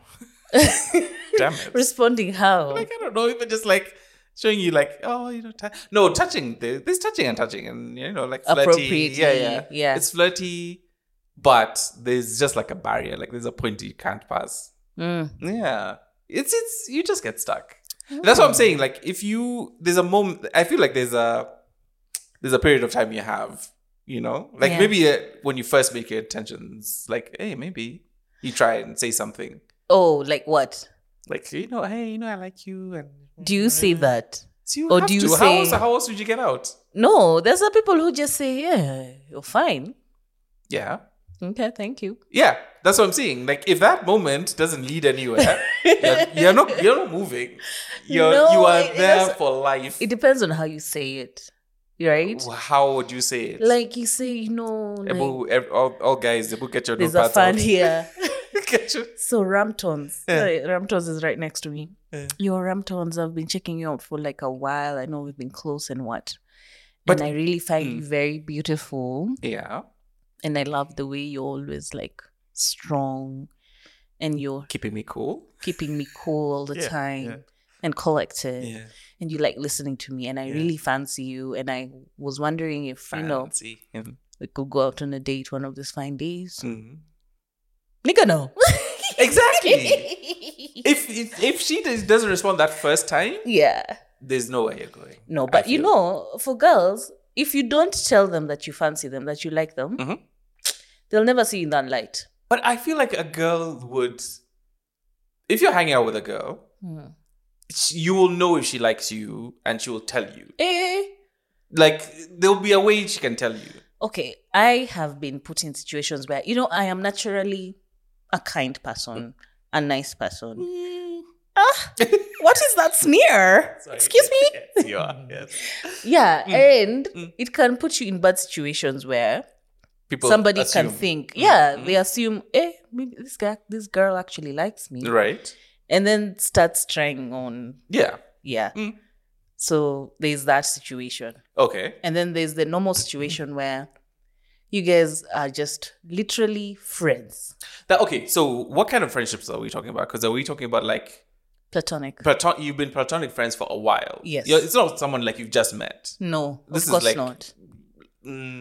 A: damn it.
B: Responding how?
A: Like I don't know, even just like showing you like, oh, you know, tou- no touching. there- There's touching and touching, and you know, like flirty.
B: Appropriately,
A: Yeah, yeah,
B: yeah.
A: It's flirty, but there's just like a barrier. Like there's a point you can't pass.
B: Mm.
A: Yeah. It's it's you just get stuck. That's
B: Hmm.
A: what I'm saying. Like if you there's a moment I feel like there's a there's a period of time you have, you know? Like
B: Yeah.
A: maybe uh, when you first make your intentions, like hey, maybe you try and say something.
B: Oh, like what?
A: Like you know, hey, you know I like you and
B: Do you say
A: Mm.
B: that?
A: So you
B: or
A: have
B: do you
A: to. how else
B: say-
A: how else would you get out?
B: No, there's the people who just say, Yeah, you're fine.
A: Yeah.
B: Okay, thank you.
A: Yeah. That's what I'm saying. Like if that moment doesn't lead anywhere, you're, you're not you're not moving. You're
B: No,
A: you are
B: it- it
A: there
B: doesn't-
A: for life.
B: It depends on how you say it. Right?
A: How would you say it?
B: Like you say, you know, like,
A: Ebu, ev- all, all guys, Ebu, get your
B: there's a
A: notepads
B: fan
A: out.
B: here.
A: Get your-
B: So Ramptons,
A: Yeah.
B: Sorry, Ramptons is right next to me.
A: Yeah.
B: Your Ramptons, I've been checking you out for like a while. I know we've been close and what,
A: But-
B: and I really find
A: Mm.
B: you very beautiful,
A: Yeah.
B: and I love the way you're always like strong, and you're
A: Keeping me cool.
B: keeping me cool all the
A: Hmm. Yeah,
B: time.
A: yeah.
B: And collected,
A: Yeah.
B: and you like listening to me, and I
A: Yeah.
B: really fancy you. And I was wondering if you know
A: Fancy. him.
B: we could go out on a date one of these fine days.
A: Mhm.
B: Nigga, no.
A: Exactly. if, if if she does, doesn't respond that first time,
B: yeah.
A: there's nowhere you're going.
B: No,
A: I
B: but you
A: feel.
B: know, for girls, if you don't tell them that you fancy them, that you like them,
A: Mhm.
B: they'll never see you in that light.
A: But I feel like a girl would, if you're hanging out with a girl,
B: Hmm.
A: sh- you will know if she likes you and she will tell you.
B: Eh.
A: Like, there'll be a way she can tell you.
B: Okay, I have been put in situations where, you know, I am naturally a kind person, a nice person. Ah, what is that sneer?
A: Sorry.
B: Excuse me? Hmm.
A: Yes, you are. Yes.
B: Yeah, and
A: Mm.
B: it can put you in bad situations where
A: People
B: somebody
A: assume.
B: can think,
A: Mm,
B: yeah,
A: mm.
B: they assume, eh, maybe this guy, this girl actually likes me.
A: Right.
B: and then starts trying on.
A: Yeah.
B: Yeah.
A: Mm.
B: So there's that situation.
A: Okay.
B: And then there's the normal situation where you guys are just literally friends.
A: That okay. So what kind of friendships are we talking about? Because are we talking about like
B: Platonic.
A: platon- you've been platonic friends for a while?
B: Yes.
A: You're- it's not someone like you've just met.
B: no,
A: This is
B: of course
A: like-
B: not.
A: Mm,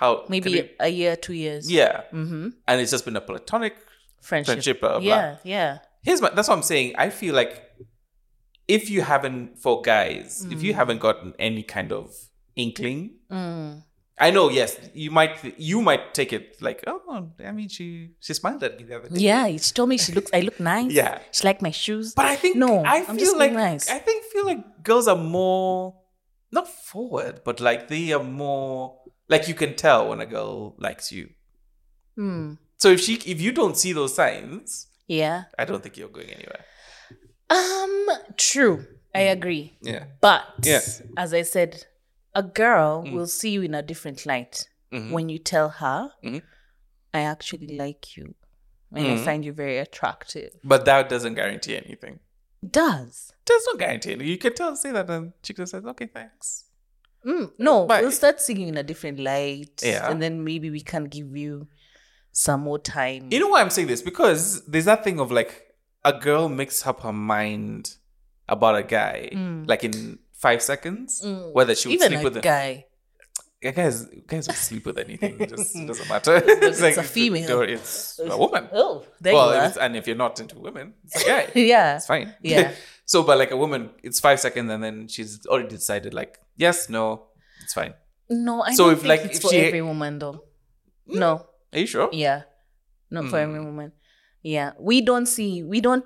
A: how can
B: Maybe
A: we-
B: a year, two years.
A: yeah,
B: Mm-hmm.
A: and it's just been a platonic
B: Friendship.
A: friendship. uh, Blah, blah, blah.
B: yeah, yeah.
A: here's my that's what I'm saying. I feel like if you haven't for guys, if you haven't gotten any kind of inkling,
B: Mm.
A: I know yes, you might you might take it like oh I mean she she smiled at me the other day.
B: Yeah, she told me she looks. I look nice.
A: Yeah.
B: she like my shoes.
A: But I think
B: no,
A: I
B: am
A: feel
B: just
A: like
B: being nice.
A: I think feel like girls are more not forward, but like they are more like you can tell when a girl likes you.
B: Mm.
A: So if she if you don't see those signs,
B: Yeah.
A: I don't think you're going anywhere.
B: Um. True. I
A: Mm.
B: agree.
A: Yeah.
B: But
A: Yeah. Mm.
B: as I said, a girl will see you in a different light
A: Mhm.
B: when you tell her,
A: Mhm.
B: "I actually like you, and I
A: Mhm.
B: find you very attractive."
A: But that doesn't guarantee anything.
B: Does
A: There's no guarantee. You can tell, say that, and chick just says, okay, thanks.
B: Mm, no,
A: But-
B: we'll start singing in a different light,
A: Yeah.
B: and then maybe we can give you some more time.
A: You know why I'm saying this? Because there's that thing of like a girl makes up her mind about a guy
B: Mm.
A: like in five seconds,
B: Mm.
A: whether she would
B: even
A: sleep
B: a
A: with a
B: guy.
A: Yeah, guys, guys would sleep with anything. It just doesn't matter.
B: it's a female.
A: no, It's a woman.
B: Oh, there
A: Well,
B: you are.
A: it's, and if you're not into women, it's a guy.
B: yeah.
A: It's fine.
B: Yeah.
A: so, but like a woman, it's five seconds, and then she's already decided, like, yes, no, it's fine.
B: No, I
A: So
B: don't
A: if,
B: think
A: like,
B: it's
A: if
B: for
A: she- Hmm?
B: every woman though. No,
A: Are you sure?
B: yeah, not for every woman. Yeah, we don't see, we don't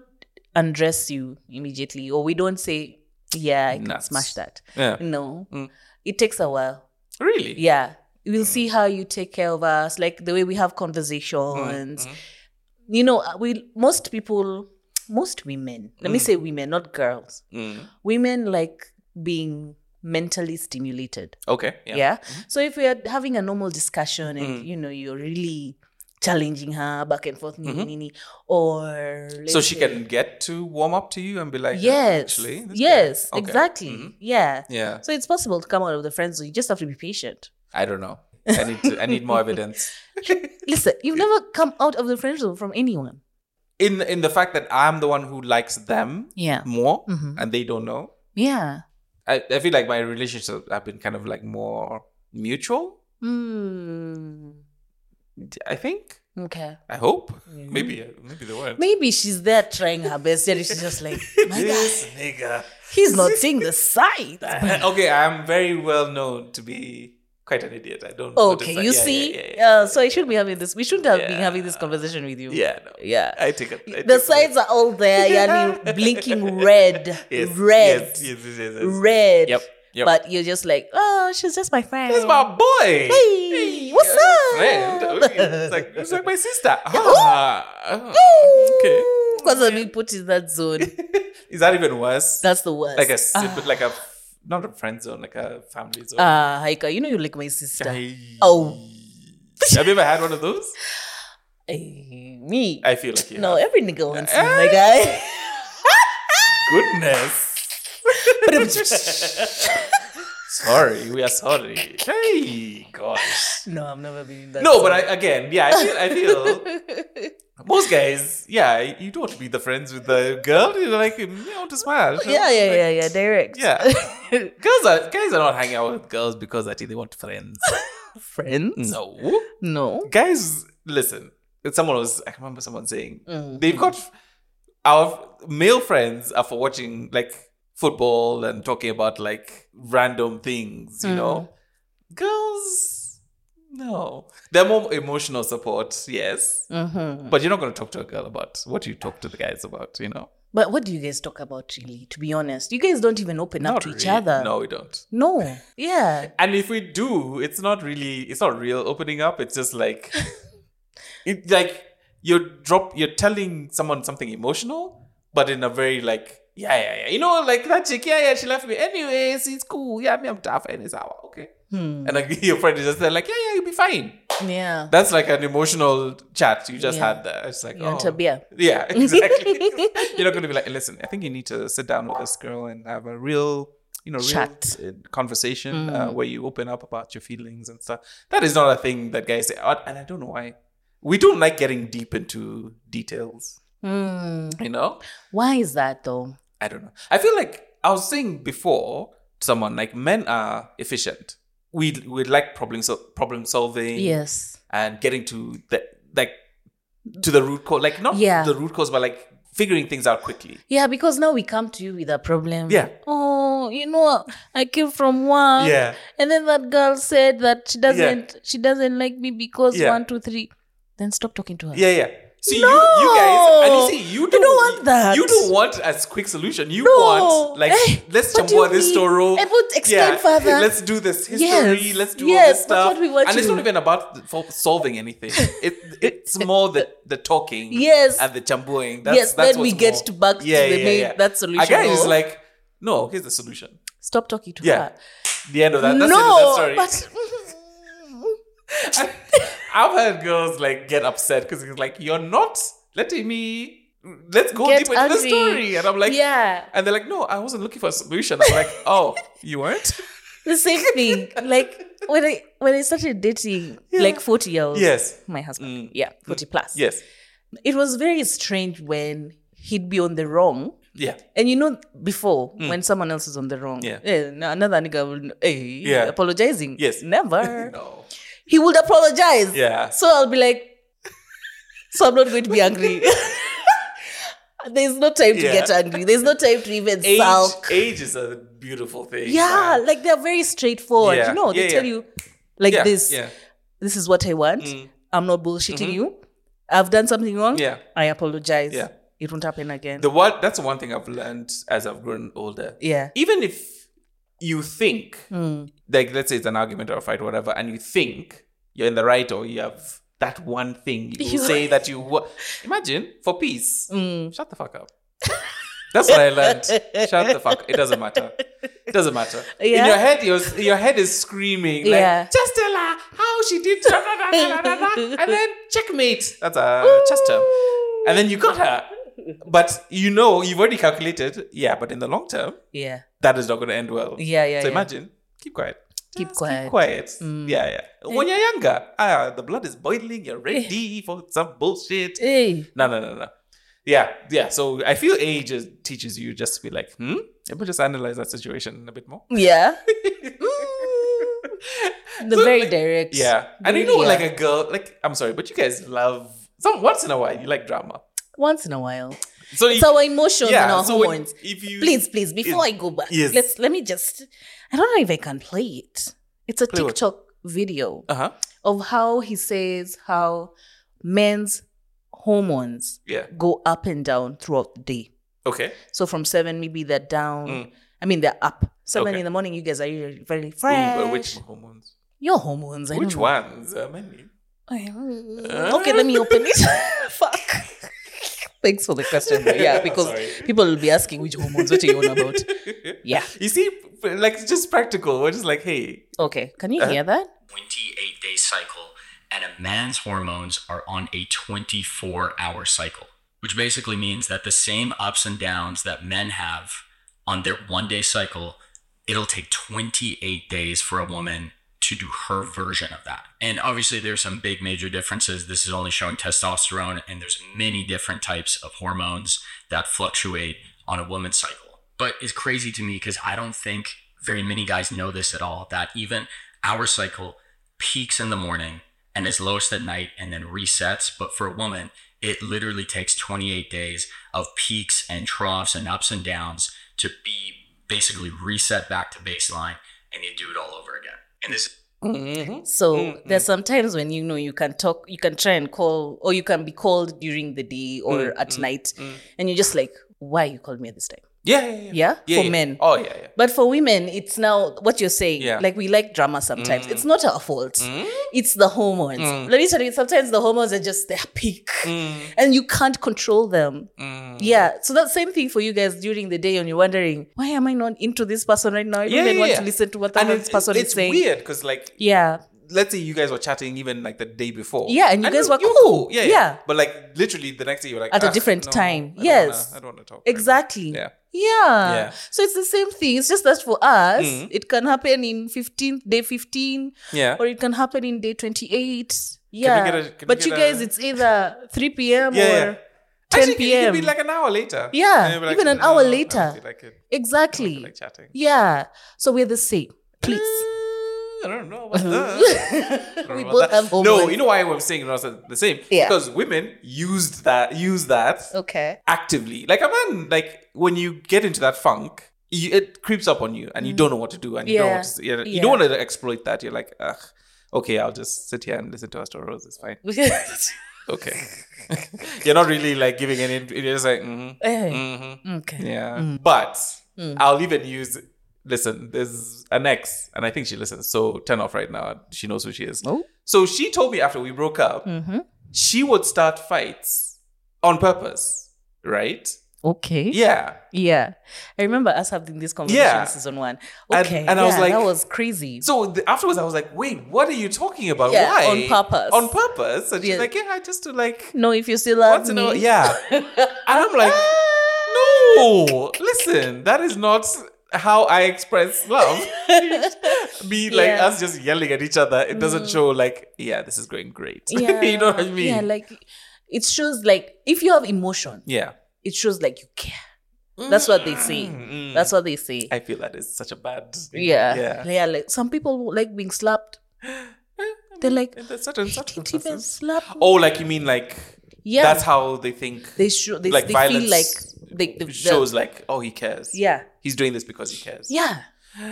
B: undress you immediately, or we don't say, "Yeah, I can
A: Nuts.
B: smash that."
A: Yeah.
B: No,
A: Mm.
B: it takes a while.
A: Really?
B: Yeah, we'll see how you take care of us, like the way we have conversations.
A: Hmm.
B: You know, uh, we most people, most women. Let me say women, not girls.
A: Mm.
B: Women like being mentally stimulated.
A: Okay.
B: Yeah.
A: Mm-hmm.
B: So if we are having a normal discussion
A: Mm.
B: and you know you're really challenging her back and forth, nini, nini, or
A: Mm-hmm. so
B: let's
A: she
B: say-
A: can get to warm up to you and be like, "Oh,
B: yes,
A: actually, this
B: yes,
A: guy." Okay.
B: exactly,
A: Mhm.
B: yeah.
A: Yeah,
B: So it's possible to come out of the friend zone. You just have to be patient.
A: I don't know. I need to, I need more evidence
B: Listen, you've never come out of the friend zone from anyone.
A: in in the fact that I'm the one who likes them
B: Yeah,
A: more,
B: Mhm.
A: and they don't know.
B: yeah.
A: I, I feel like my relationships have been kind of like more mutual.
B: Hmm.
A: I think.
B: Okay.
A: I hope.
B: Yeah.
A: Maybe uh, maybe they weren't.
B: Maybe she's there trying her best, and she's just like, my God,
A: This nigga.
B: he's not seeing the sight.
A: okay, I'm very well known to be quite an idiot. I don't.
B: Okay,
A: notice-
B: you
A: yeah,
B: see,
A: Yeah, yeah, yeah.
B: Uh, so I shouldn't be having this. We shouldn't have been
A: Yeah.
B: having this conversation with you.
A: Yeah, no.
B: yeah.
A: I take it. I take
B: the
A: it.
B: sides are all there, yani blinking red,
A: Yes,
B: red,
A: Yes, yes, yes, yes, yes.
B: red.
A: Yep, yep.
B: But you're just like, oh, she's just my friend.
A: That's my boy.
B: Hey, what's up?
A: Friend. Okay, It's like, it's like my sister. Ah, okay.
B: Because I've been put in that zone.
A: Is that even worse?
B: That's the worst. Ah,
A: like a sib- like a not a friend zone, like a family zone.
B: Ah, Haika, you know you like my sister.
A: Ay.
B: Oh.
A: Have you ever had one of those?
B: Eh, me.
A: I feel like you
B: no,
A: have. Ah.
B: every nigga wants me, my guy.
A: Goodness. sorry, we are sorry. Hey, gosh.
B: no, I've never been in that
A: No,
B: zone.
A: but I, again, yeah, I feel, I feel most guys, yeah, you don't want to be the friends with the girl. You're like, you want to smash.
B: Yeah, yeah, yeah, yeah, direct.
A: Yeah. Girls are guys are not hanging out with girls because I think they want friends.
B: Friends?
A: no,
B: No.
A: guys, listen. Someone was I remember someone saying
B: Mm.
A: they've got our male friends are for watching like football and talking about like random things,
B: Hmm.
A: you know. Girls, no, they're more emotional support, yes,
B: hmm
A: but you're not going to talk to a girl about what you talk to the guys about, you know.
B: But what do you guys talk about, really? To be honest, you guys don't even open up
A: Not
B: to each
A: really.
B: other.
A: No, we don't.
B: No. Yeah.
A: And if we do, it's not really it's not real opening up. It's just like it like you're drop you're telling someone something emotional, but in a very like yeah yeah yeah you know like that chick yeah yeah she left me anyways it's cool yeah me I'm tough and it's our okay
B: Hmm.
A: And like your friend is just there, like, yeah, yeah, you'll be fine.
B: Yeah.
A: That's like an emotional chat you just
B: Yeah.
A: had there. It's like,
B: You
A: oh.
B: want a beer?
A: Yeah, exactly. You're not going to be like, listen, I think you need to sit down with this girl and have a real, you know, real
B: Chat. Mm.
A: uh, conversation uh, where you open up about your feelings and stuff. That is not a thing that guys say. I- And I don't know why. We don't like getting deep into details,
B: Hmm.
A: you know?
B: Why is that though?
A: I don't know. I feel like I was saying before to someone, like men are efficient. We, we like problem, sol- problem solving
B: Yes.
A: and getting to the, like, to the root cause, like not
B: Yeah.
A: the root cause, but like figuring things out quickly.
B: Yeah, because now we come to you with a problem.
A: Yeah.
B: Oh, you know, I came from work.
A: Yeah.
B: And then that girl said that she doesn't she doesn't like me because
A: Yeah.
B: one, two, three. Then stop talking to her.
A: Yeah, yeah. See, you, you guys, and you see, you
B: You
A: don't,
B: don't want that.
A: You don't want a quick solution. You
B: No.
A: want like
B: Eh,
A: let's
B: what do
A: jumbo
B: you
A: this
B: mean?
A: toro.
B: Eh, but extend further.
A: Let's do this history.
B: Yes.
A: Let's do all
B: Yes,
A: this
B: that's
A: stuff.
B: what we want
A: and it's
B: you.
A: not even about the- fo- solving anything. It, it's more the the talking.
B: Yes.
A: And the jamboing. That's,
B: yes,
A: that's
B: then we
A: what's
B: get
A: more-
B: to back
A: yeah,
B: to the
A: yeah,
B: main
A: yeah.
B: that solution.
A: A guy is
B: of,
A: like, no, here's the solution.
B: stop talking to
A: Yeah.
B: her.
A: The end of that. That's
B: no,
A: the end of that story.
B: but
A: I've had girls like get upset because it's like you're not letting me. Let's go
B: Get
A: deep into the
B: angry.
A: story, and I'm like,
B: yeah,
A: And they're like, no, I wasn't looking for a solution. I'm like, oh, you weren't?
B: the same thing. Like when I when I started dating, like forty year olds.
A: Yes.
B: my husband.
A: Mm.
B: Yeah, forty plus.
A: Yes.
B: it was very strange when he'd be on the wrong.
A: Yeah.
B: And you know, before when someone else is on the wrong,
A: Mm. Yeah.
B: eh, no- another nigga will eh,
A: Yeah.
B: apologizing.
A: Yes.
B: never.
A: No.
B: He would apologize.
A: Yeah.
B: So I'll be like, so I'm not going to be angry. There's no time to
A: Yeah.
B: get angry. There's no time to even
A: Age,
B: sulk.
A: age is a beautiful thing.
B: Yeah,
A: man.
B: like they're very straightforward.
A: Yeah.
B: You know, they
A: Yeah,
B: tell
A: yeah.
B: you like
A: Yeah,
B: this.
A: Yeah.
B: This is what I want. I'm not bullshitting you. I've done something wrong.
A: Mm. Mm-hmm. Yeah.
B: I apologize.
A: Yeah.
B: It won't happen again.
A: The one, that's one thing I've learned as I've grown older.
B: yeah. Hmm.
A: Even if you think, like, let's say it's an argument or a fight, whatever, and you think you're in the right or you have that one thing you
B: You- Hmm.
A: say that you wa- imagine for peace. Shut the fuck up. That's what I learned. Shut the fuck. It doesn't matter. It doesn't matter. In
B: Yeah.
A: your head, your your head is screaming like,
B: Yeah.
A: just tell her how she did, da, da, da, da, da, da, da," and then checkmate. That's a chess term. And then you got her, but you know you've already calculated. Yeah, but in the long term,
B: Yeah.
A: that is not going to end well.
B: Yeah, yeah,
A: So
B: yeah.
A: imagine, keep quiet.
B: Keep
A: Just
B: quiet. Mm. Eh.
A: Keep quiet. Yeah, yeah. When you're younger, ah, the blood is boiling. You're ready for some bullshit.
B: Hey.
A: No, no, no, no. Yeah, yeah. So I feel age is- teaches you just to be like, hmm, let me just analyze that situation a bit more.
B: Yeah. Mm. The
A: So,
B: very
A: like,
B: direct.
A: Yeah, and you know,
B: Yeah.
A: like a girl, like I'm sorry, but you guys love some once in a while you like drama.
B: once in a while.
A: So
B: It's
A: you-
B: our emotions and our
A: so when-
B: hormones.
A: if you
B: please, please, before I go back,
A: Yes.
B: let's let me just I don't know if I can play it. It's a
A: Play what?
B: TikTok video
A: uh huh,
B: of how he says how men's hormones
A: yeah,
B: go up and down throughout the day.
A: okay,
B: So from seven, maybe they're down.
A: Mm.
B: I mean, they're up. Seven
A: Okay.
B: in the morning, you guys are usually very
A: Ooh,
B: fresh.
A: but which hormones?
B: Your hormones. I
A: Which Ah.
B: don't know.
A: ones? Uh, many.
B: Mm, Okay, let me open it. Fuck. Thanks for the question. but Yeah, because
A: Sorry.
B: people will be asking which hormones. What are you on about? Yeah.
A: You see, like it's just practical. We're just like, hey,
B: Okay. Can
A: Uh-huh.
B: you hear that?
C: 28 day cycle, and a man's hormones are on a 24 hour cycle, which basically means that the same ups and downs that men have on their one day cycle, it'll take 28 days for a woman to do her version of that. And obviously, there's some big major differences. This is only showing testosterone, and there's many different types of hormones that fluctuate on a woman's cycle. But it's crazy to me because I don't think very many guys know this at all that even our cycle peaks in the morning and is lowest at night and then resets. But for a woman, it literally takes 28 days of peaks and troughs and ups and downs to be basically reset back to baseline and you do it all over again. And this
B: So
A: Mm,
B: there's some times when you know you can talk, you can try and call,
A: Mm,
B: or you can be called during the day or at night, and you're just like, why you called me at this time?
A: Yeah, yeah, yeah.
B: Yeah? For men.
A: Oh yeah, yeah.
B: But for women, it's now what you're saying.
A: Yeah. Mm.
B: Like we like drama sometimes. It's not our fault. It's the hormones. Let me tell you, sometimes the hormones are just their peak.
A: Mm. Mm-hmm.
B: And you can't control them. Yeah. So that same thing for you guys during the day and you're wondering, why am I not into this person right now? I don't
A: Yeah,
B: even
A: yeah,
B: want
A: yeah.
B: to listen to what that
A: And
B: this
A: it's,
B: person
A: it's
B: is saying.
A: weird because like
B: Yeah.
A: let's say you guys were chatting even like the day before.
B: Yeah, and you guys were
A: you're
B: cool.
A: Yeah, yeah,
B: Yeah.
A: But like literally the next day you're like
B: At a
A: "Ah,
B: different
A: no,
B: time.
A: I don't wanna-
B: Yes.
A: I don't want to talk. right now."
B: Exactly.
A: Yeah.
B: Yeah.
A: Yeah.
B: So it's the same thing. It's just that for us,
A: Mhm.
B: it can happen in 15th, day 15,
A: Yeah.
B: or it can happen in day 28.
A: we
B: Yeah.
A: get a- Eh? can we
B: but you
A: get
B: guys,
A: a-
B: it's either 3 p.m.
A: Yeah, yeah.
B: or 10
A: Actually, it
B: p.m.
A: could be like an hour later.
B: Yeah,
A: And you'll be
B: even an hour
A: "No, I don't
B: later."
A: feel like it. I don't feel
B: exactly.
A: like chatting.
B: yeah. So we're the same. Please.
A: Uh,
B: Uh-huh.
A: I don't know about that. I don't know
B: We
A: about
B: both
A: that.
B: have
A: No,
B: hormones.
A: you know why I'm saying it's not the same?
B: Yeah. Oh.
A: Because women used that use that
B: Okay.
A: actively. Like a man, like when you get into that funk, you, it creeps up on you, and you don't know what to do, and you don't
B: Mm. Yeah.
A: want to, you,
B: Yeah.
A: don't want to exploit that. You're like, ugh, okay, I'll just sit here and listen to Astro Rose. It's fine. Okay, you're not really like giving any. You're just like, mm-hmm,
B: Eh,
A: mm-hmm.
B: okay.
A: Yeah.
B: Mm.
A: But I'll even use listen, there's an ex, and I think she listens. So turn off right now. She knows who she is.
B: Oh.
A: So she told me after we broke up,
B: Mm-hmm.
A: she would start fights on purpose, right?
B: Okay.
A: Yeah.
B: Yeah. I remember us having this conversation
A: Yeah.
B: in season one.
A: And-
B: Okay.
A: and I was
B: yeah,
A: like-
B: that was crazy.
A: So th- afterwards, I was like, wait, what are you talking about?
B: Yeah,
A: Why?
B: on purpose.
A: On purpose. And she's
B: Yeah.
A: like, yeah, I just to like,
B: no, if you still love
A: want to
B: me. Ah.
A: know. Yeah. and I'm like, no, listen, that is not how I express love. Be like
B: Yeah. Mm.
A: us just yelling at each other. It doesn't show like, yeah, this is going great.
B: Yeah.
A: you know what I mean?
B: Yeah, like it shows like if you have emotion,
A: yeah.
B: it shows like you care. That's what they say.
A: Mm, mm.
B: That's what they say.
A: I feel that is such a bad. Thing.
B: yeah.
A: Yeah.
B: They are like some people like being slapped. They're like
A: In certain
B: "He didn't even
A: circumstances.
B: slap. me."
A: Oh, like you mean like
B: yeah.
A: that's how they think.
B: they show they,
A: like
B: they feel
A: violence
B: like they, they the-
A: shows like oh he cares.
B: Yeah.
A: He's doing this because he cares.
B: Yeah.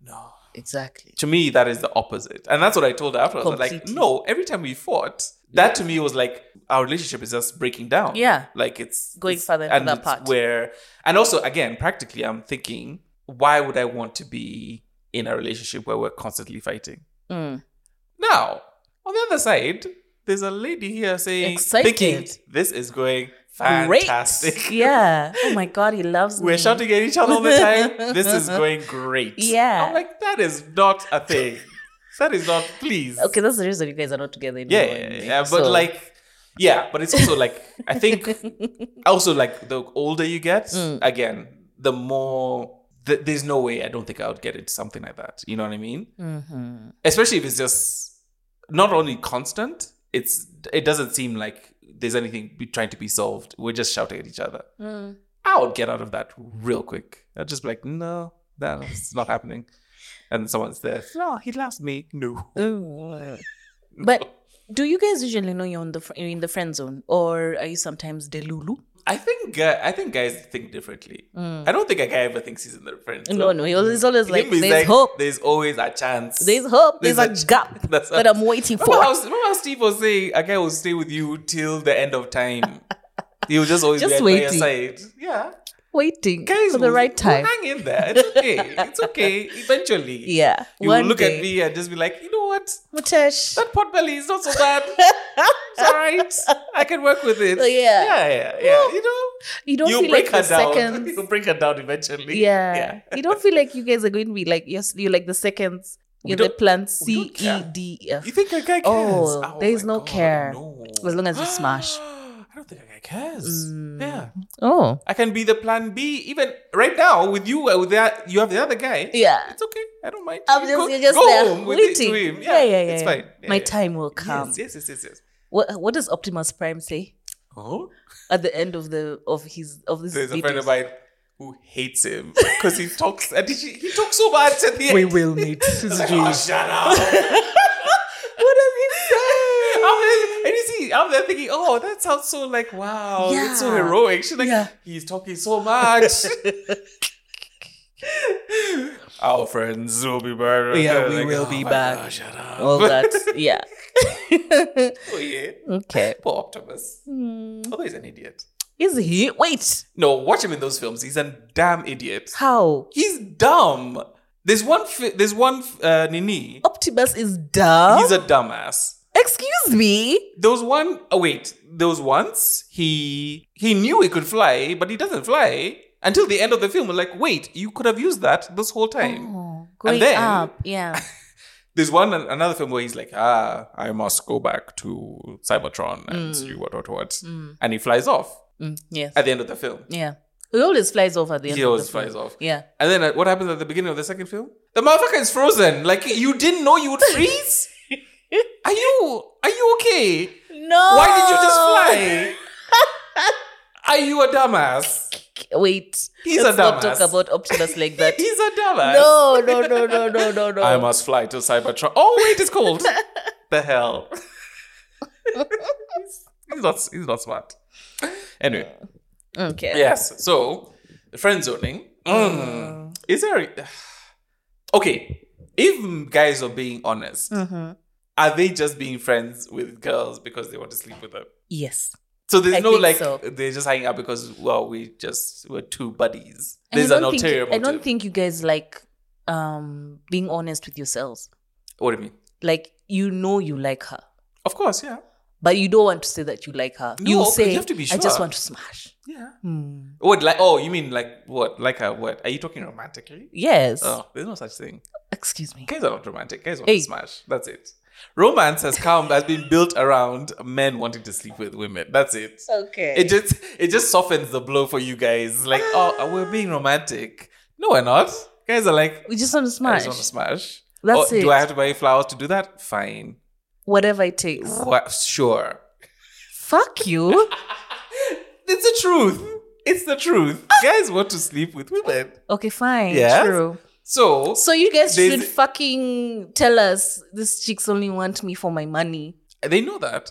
A: No.
B: Exactly.
A: to me that is the opposite and that's what i told her afterwards I was like
B: Completely.
A: no every time we fought that to me was like our relationship is just breaking down
B: Yeah.
A: like it's
B: Going
A: it's-
B: further into
A: and
B: that
A: it's
B: part.
A: where and also again practically i'm thinking why would i want to be in a relationship where we're constantly fighting
B: Mm.
A: now on the other side there's a lady here saying
B: Excited.
A: thinking this is going
B: Great.
A: fantastic
B: Yeah. Oh my god, he loves me.
A: we're shouting at each other all the time. This is going great.
B: Yeah.
A: I'm like, that is not a thing. that is not, please.
B: Okay, that's the reason you guys are not together anymore.
A: Yeah, yeah, yeah,
B: anyway.
A: yeah. But
B: So-
A: like, yeah, but it's also like, I think, also like the older you get,
B: Mm.
A: again, the more, th- there's no way I don't think I would get into something like that. You know what I mean?
B: Mhm.
A: Especially if it's just not only constant, it's it doesn't seem like there's anything be, trying to be solved. We're just shouting at each other.
B: Mm.
A: I would get out of that real quick. I'd just be like, no, that's not happening. And someone's there. No, he loves me. No.
B: Ooh. But do you guys usually know you're on the fr- you're in the friend zone, or are you sometimes delulu?
A: I think uh, I think guys think differently. I don't think a guy ever thinks he's in the friend.
B: Mm. No,
A: zone.
B: no, you're always, always
A: Him
B: like
A: is
B: there's hope,
A: There's always a chance.
B: there's hope, there's,
A: there's
B: a
A: a-
B: gap
A: That's
B: that
A: a-
B: I'm waiting for.
A: remember, how, remember how Steve was saying a guy will stay with you till the end of time. He'll just always
B: Just
A: be at- by your
B: waiting.
A: side. Yeah,
B: waiting
A: guys
B: for the
A: will-
B: right
A: will
B: time.
A: Hang in there. It's okay. it's okay. Eventually,
B: Yeah,
A: You
B: one
A: will look
B: day.
A: at me and just be like, you know what?
B: Mutesh.
A: That pot belly is not so bad. it's all right. I can work with it.
B: Oh, yeah.
A: Yeah, yeah, yeah. you know,
B: You don't
A: you
B: feel
A: break
B: like the
A: her down.
B: seconds.
A: You'll break her down eventually.
B: Yeah.
A: yeah.
B: you don't feel like you guys are going to be like you're, s- you're like the seconds.
A: We
B: You're the
A: don't-
B: plan
A: we
B: C
A: don't
B: E
A: care.
B: D F.
A: You think a guy cares?
B: Oh, there is
A: my
B: no care.
A: no.
B: As long as you smash.
A: I don't think a guy cares.
B: Mm.
A: Yeah.
B: Oh,
A: I can be the plan B. Even right now with you, uh, with that, you have the other guy.
B: yeah.
A: It's okay. I don't mind.
B: I'm
A: You
B: just,
A: go,
B: you're just
A: go
B: there
A: home with it to
B: waiting.
A: him.
B: yeah, yeah, yeah.
A: It's
B: yeah.
A: fine. Yeah,
B: My
A: yeah.
B: time will come.
A: Yes, yes, yes, yes, yes.
B: What What does Optimus Prime say
A: Oh.
B: at the end of the of his of this?
A: There's a
B: video?
A: friend of mine who hates him because he talks and he, he talks so much at the end.
B: will meet.
A: He's like, oh, shut up.
B: what does he say?
A: I'm there- and you see, I'm there thinking, oh, that sounds so like, wow, it's so
B: Yeah.
A: heroic. She's like,
B: Yeah.
A: he's talking so much. Our friends will be back.
B: Yeah, we
A: Like,
B: will
A: "Oh
B: be
A: my
B: back."
A: God, shut up.
B: All that, yeah.
A: Oh, yeah.
B: Okay.
A: Poor Optimus.
B: Hmm.
A: Although he's an idiot.
B: Is he? Wait.
A: No, watch him in those films. He's a damn idiot.
B: How?
A: He's dumb. There's one. Fi- there's one uh, Nini.
B: Optimus is dumb.
A: He's a dumbass.
B: Excuse me.
A: There was one. Oh wait, there was once he he knew he could fly, but he doesn't fly until the end of the film. We're Like, wait, you could have used that this whole time.
B: Oh, going
A: then-
B: up. Yeah.
A: There's one another film where he's like, ah, I must go back to Cybertron and see what what what, and he flies off
B: Mm, yes.
A: at the end of the film.
B: Yeah. He always flies off at the end.
A: He
B: of the
A: always
B: film.
A: flies off.
B: Yeah.
A: And then uh, what happens at the beginning of the second film? The motherfucker is frozen. Like you didn't know you would freeze. are you are you okay?
B: No.
A: Why did you
B: Oh.
A: just fly? Are you a dumbass?
B: Wait.
A: He's a
B: let's not
A: dumbass.
B: talk about Optimus like that.
A: He's a dumbass.
B: no, no, no, no, no, no, no.
A: I must fly to Cybertron. Oh wait, it's cold. the hell. He's- he's not. He's not smart. Anyway,
B: okay.
A: yes. So friend zoning. Mm. Is there? a- okay, if guys are being honest,
B: Mm-hmm.
A: are they just being friends with girls because they want to sleep with them?
B: Yes.
A: So there's
B: I
A: no
B: think
A: like
B: so.
A: they're just hanging out because well we just were two buddies.
B: And
A: There's
B: I
A: an
B: don't think-
A: ulterior motive.
B: I don't think you guys like um being honest with yourselves.
A: What do you mean?
B: Like you know you like her,
A: Of course, yeah,
B: but you don't want to say that you like her.
A: No,
B: you
A: but
B: say
A: you have to be
B: I
A: sure."
B: just want to smash.
A: yeah.
B: Hmm.
A: What like? Oh, you mean like what? Like a what? Are you talking romantically?
B: Yes.
A: Oh, there's no such thing.
B: Excuse me.
A: Guys are not romantic. Guys want
B: Hey.
A: to smash. That's it. Romance has come has been built around men wanting to sleep with women. That's it.
B: Okay.
A: It just it just softens the blow for you guys. Like oh, we're being romantic. No, we're not. Guys are like
B: we just want to
A: I
B: smash.
A: just want to smash.
B: That's
A: Oh, Do I
B: it.
A: have to buy you flowers to do that? Fine.
B: Whatever it takes.
A: Wha- sure.
B: Fuck you.
A: It's the truth. It's the truth. Guys want to sleep with women.
B: Okay, fine.
A: Yes.
B: True.
A: So,
B: So you guys
A: There's-
B: should fucking tell us these chicks only want me for my money.
A: they know that.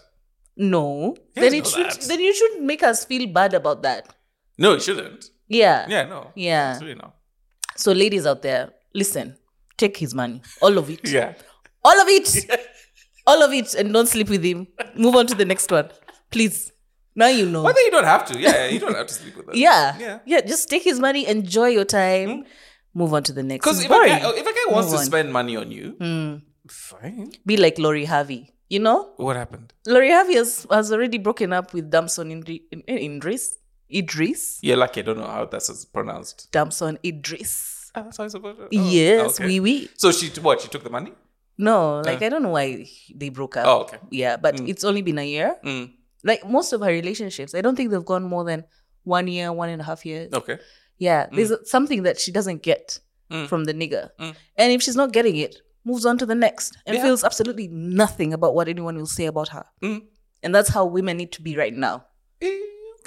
B: No.
A: You
B: then
A: know
B: it should
A: that.
B: then you should make us feel bad about that.
A: No, it shouldn't.
B: Yeah.
A: Yeah, no.
B: Yeah.
A: It's really no.
B: So ladies out there, listen. Take his money. All of it.
A: Yeah.
B: All of it. All of it and don't sleep with him. Move on to the next one. Please. Now you know.
A: But then you don't have to. Yeah, you don't have to sleep with them.
B: Yeah.
A: Yeah.
B: Just take his money, enjoy your time, move on to the next.
A: Because
B: It's
A: if, a guy-
B: boring.
A: if a guy wants
B: Move
A: to
B: on.
A: spend money on Hmm. you, fine.
B: be like Laurie Harvey, you know?
A: What happened?
B: Laurie Harvey has, has already broken up with Damson Indri- in, eh, in- Idris. Idris?
A: Yeah, lucky I don't know how that's pronounced.
B: Damson Idris.
A: Ah, that's how it's supposed to. oh,
B: yes,
A: okay.
B: we we.
A: So she what? She took the money.
B: No, like I don't know why he- they broke up.
A: Oh, okay.
B: Yeah, but it's only been a year.
A: Mm.
B: Like most of her relationships, I don't think they've gone more than one year, one and a half years.
A: Okay.
B: Yeah, there's something that she doesn't get
A: Mm.
B: from the nigger.
A: Mm.
B: And if she's not getting it, moves on to the next and
A: Yeah.
B: feels absolutely nothing about what anyone will say about her.
A: Mm.
B: And that's how women need to be right now.
A: Eh,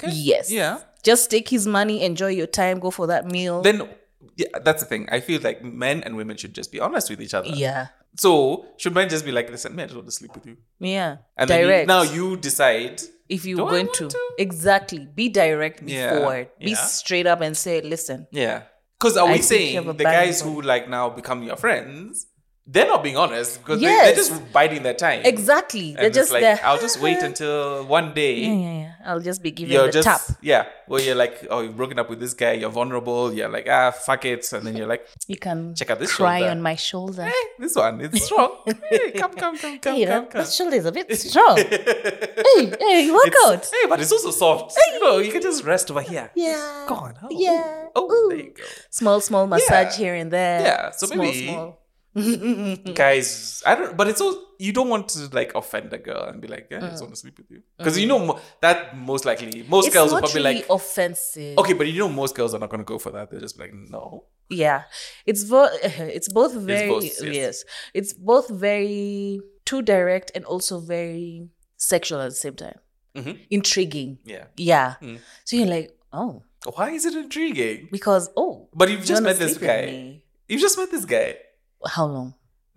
A: Okay.
B: Yes.
A: Yeah.
B: Just take his money, enjoy your time, go for that meal.
A: Then yeah, that's the thing. I feel like men and women should just be honest with each other.
B: yeah.
A: So should men just be like, listen, man, I just want to sleep with you.
B: Yeah.
A: And then you-
B: direct.
A: now you decide.
B: if you're
A: Do I
B: going
A: want
B: to.
A: to?
B: Exactly. Be direct
A: Yeah.
B: before. Be
A: Yeah.
B: straight up and say, listen,
A: Yeah. Because are
B: I
A: we
B: think you
A: saying
B: have a
A: the
B: bad
A: guys
B: point.
A: who like now become your friends, they're not being honest because
B: Yes.
A: they, they're just biding their time.
B: exactly.
A: And
B: They're
A: it's
B: just
A: like,
B: there.
A: I'll just wait until one day
B: Yeah, yeah, yeah. I'll just be giving
A: you're
B: the
A: just
B: tap.
A: yeah. Well, you're like, oh, you've broken up with this guy. You're vulnerable. You're like, ah, fuck it. And then you're like,
B: You can
A: Check out this
B: cry
A: shoulder.
B: on my shoulder.
A: eh, this one, it's strong. hey, come, come, come, come,
B: hey,
A: come,
B: that,
A: come.
B: that shoulder is a bit strong. hey, hey, work
A: It's-
B: out.
A: Hey, but it's also soft. You know, you can just rest over here.
B: Yeah.
A: Go on. Oh, ooh.
B: Yeah.
A: Oh,
B: Ooh.
A: there you go.
B: Small, small massage
A: Yeah.
B: here and there.
A: Yeah, so
B: small,
A: maybe-
B: small. Mm.
A: guys i don't but it's all you don't want to like offend a girl and be like yeah, i just want to sleep with you because you know mo- that most likely most
B: Mm. It's
A: girls will
B: not
A: probably
B: really
A: like
B: offensive.
A: okay but you know most girls are not going to go for that they're just like no
B: Yeah, it's vo- it's both very
A: both,
B: yes.
A: yes.
B: it's both very too direct and also very sexual at the same time,
A: Mhm.
B: intriguing.
A: yeah
B: Yeah,
A: Mm.
B: so you're like, oh,
A: why is it intriguing
B: because oh,
A: but you've
B: you
A: just
B: wanna
A: met this
B: sleep with
A: guy
B: me.
A: you've just met this guy
B: How long?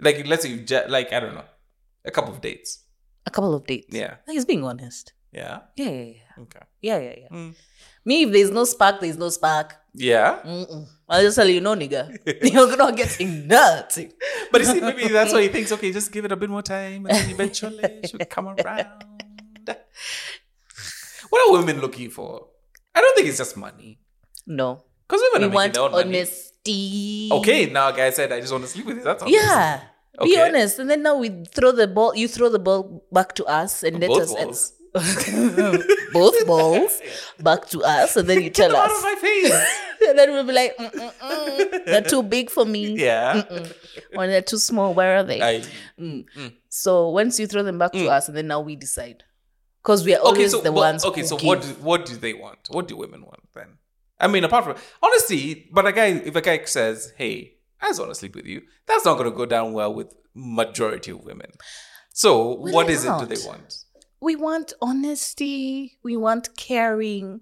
A: like let's say you just like i don't know a couple of dates
B: A couple of dates.
A: Yeah.
B: he's being honest.
A: yeah
B: Yeah, yeah, yeah,
A: okay
B: yeah, yeah. yeah.
A: Mm.
B: Me, if there's no spark, there's no spark.
A: yeah
B: Mm-mm. I'll just tell you, no, nigga, you're not getting nothing.
A: but you see maybe that's why he thinks okay just give it a bit more time and then eventually she'll come around what are women looking for I don't think it's just money.
B: No.
A: Because women are
B: We
A: making
B: want
A: their own money.
B: honesty.
A: Okay, now guy said I just want to sleep with you. That's all.
B: Yeah. Be
A: Okay.
B: honest. And then now we throw the ball, you throw the ball back to us and let
A: Both
B: us.
A: balls.
B: both balls back to us. And then you
A: Get
B: tell
A: them out of
B: us.
A: my face.
B: And then we'll be like, mm, mm, mm. they're too big for me.
A: yeah.
B: Mm-mm. Or they're too small. Where are they?
A: I,
B: Mm.
A: Mm.
B: So once you throw them back to
A: Mm.
B: us, and then now we decide, because we are always
A: okay, so
B: the
A: what-
B: ones.
A: okay,
B: who
A: so
B: give.
A: what do, what do they want? What do women want then? I mean, apart from honestly, but a guy if a guy says, "Hey, I just want to sleep with you," that's not going to go down well with majority of women. So,
B: Well,
A: what
B: they're
A: is it?
B: not.
A: Do they want?
B: we want? Honesty. We want caring.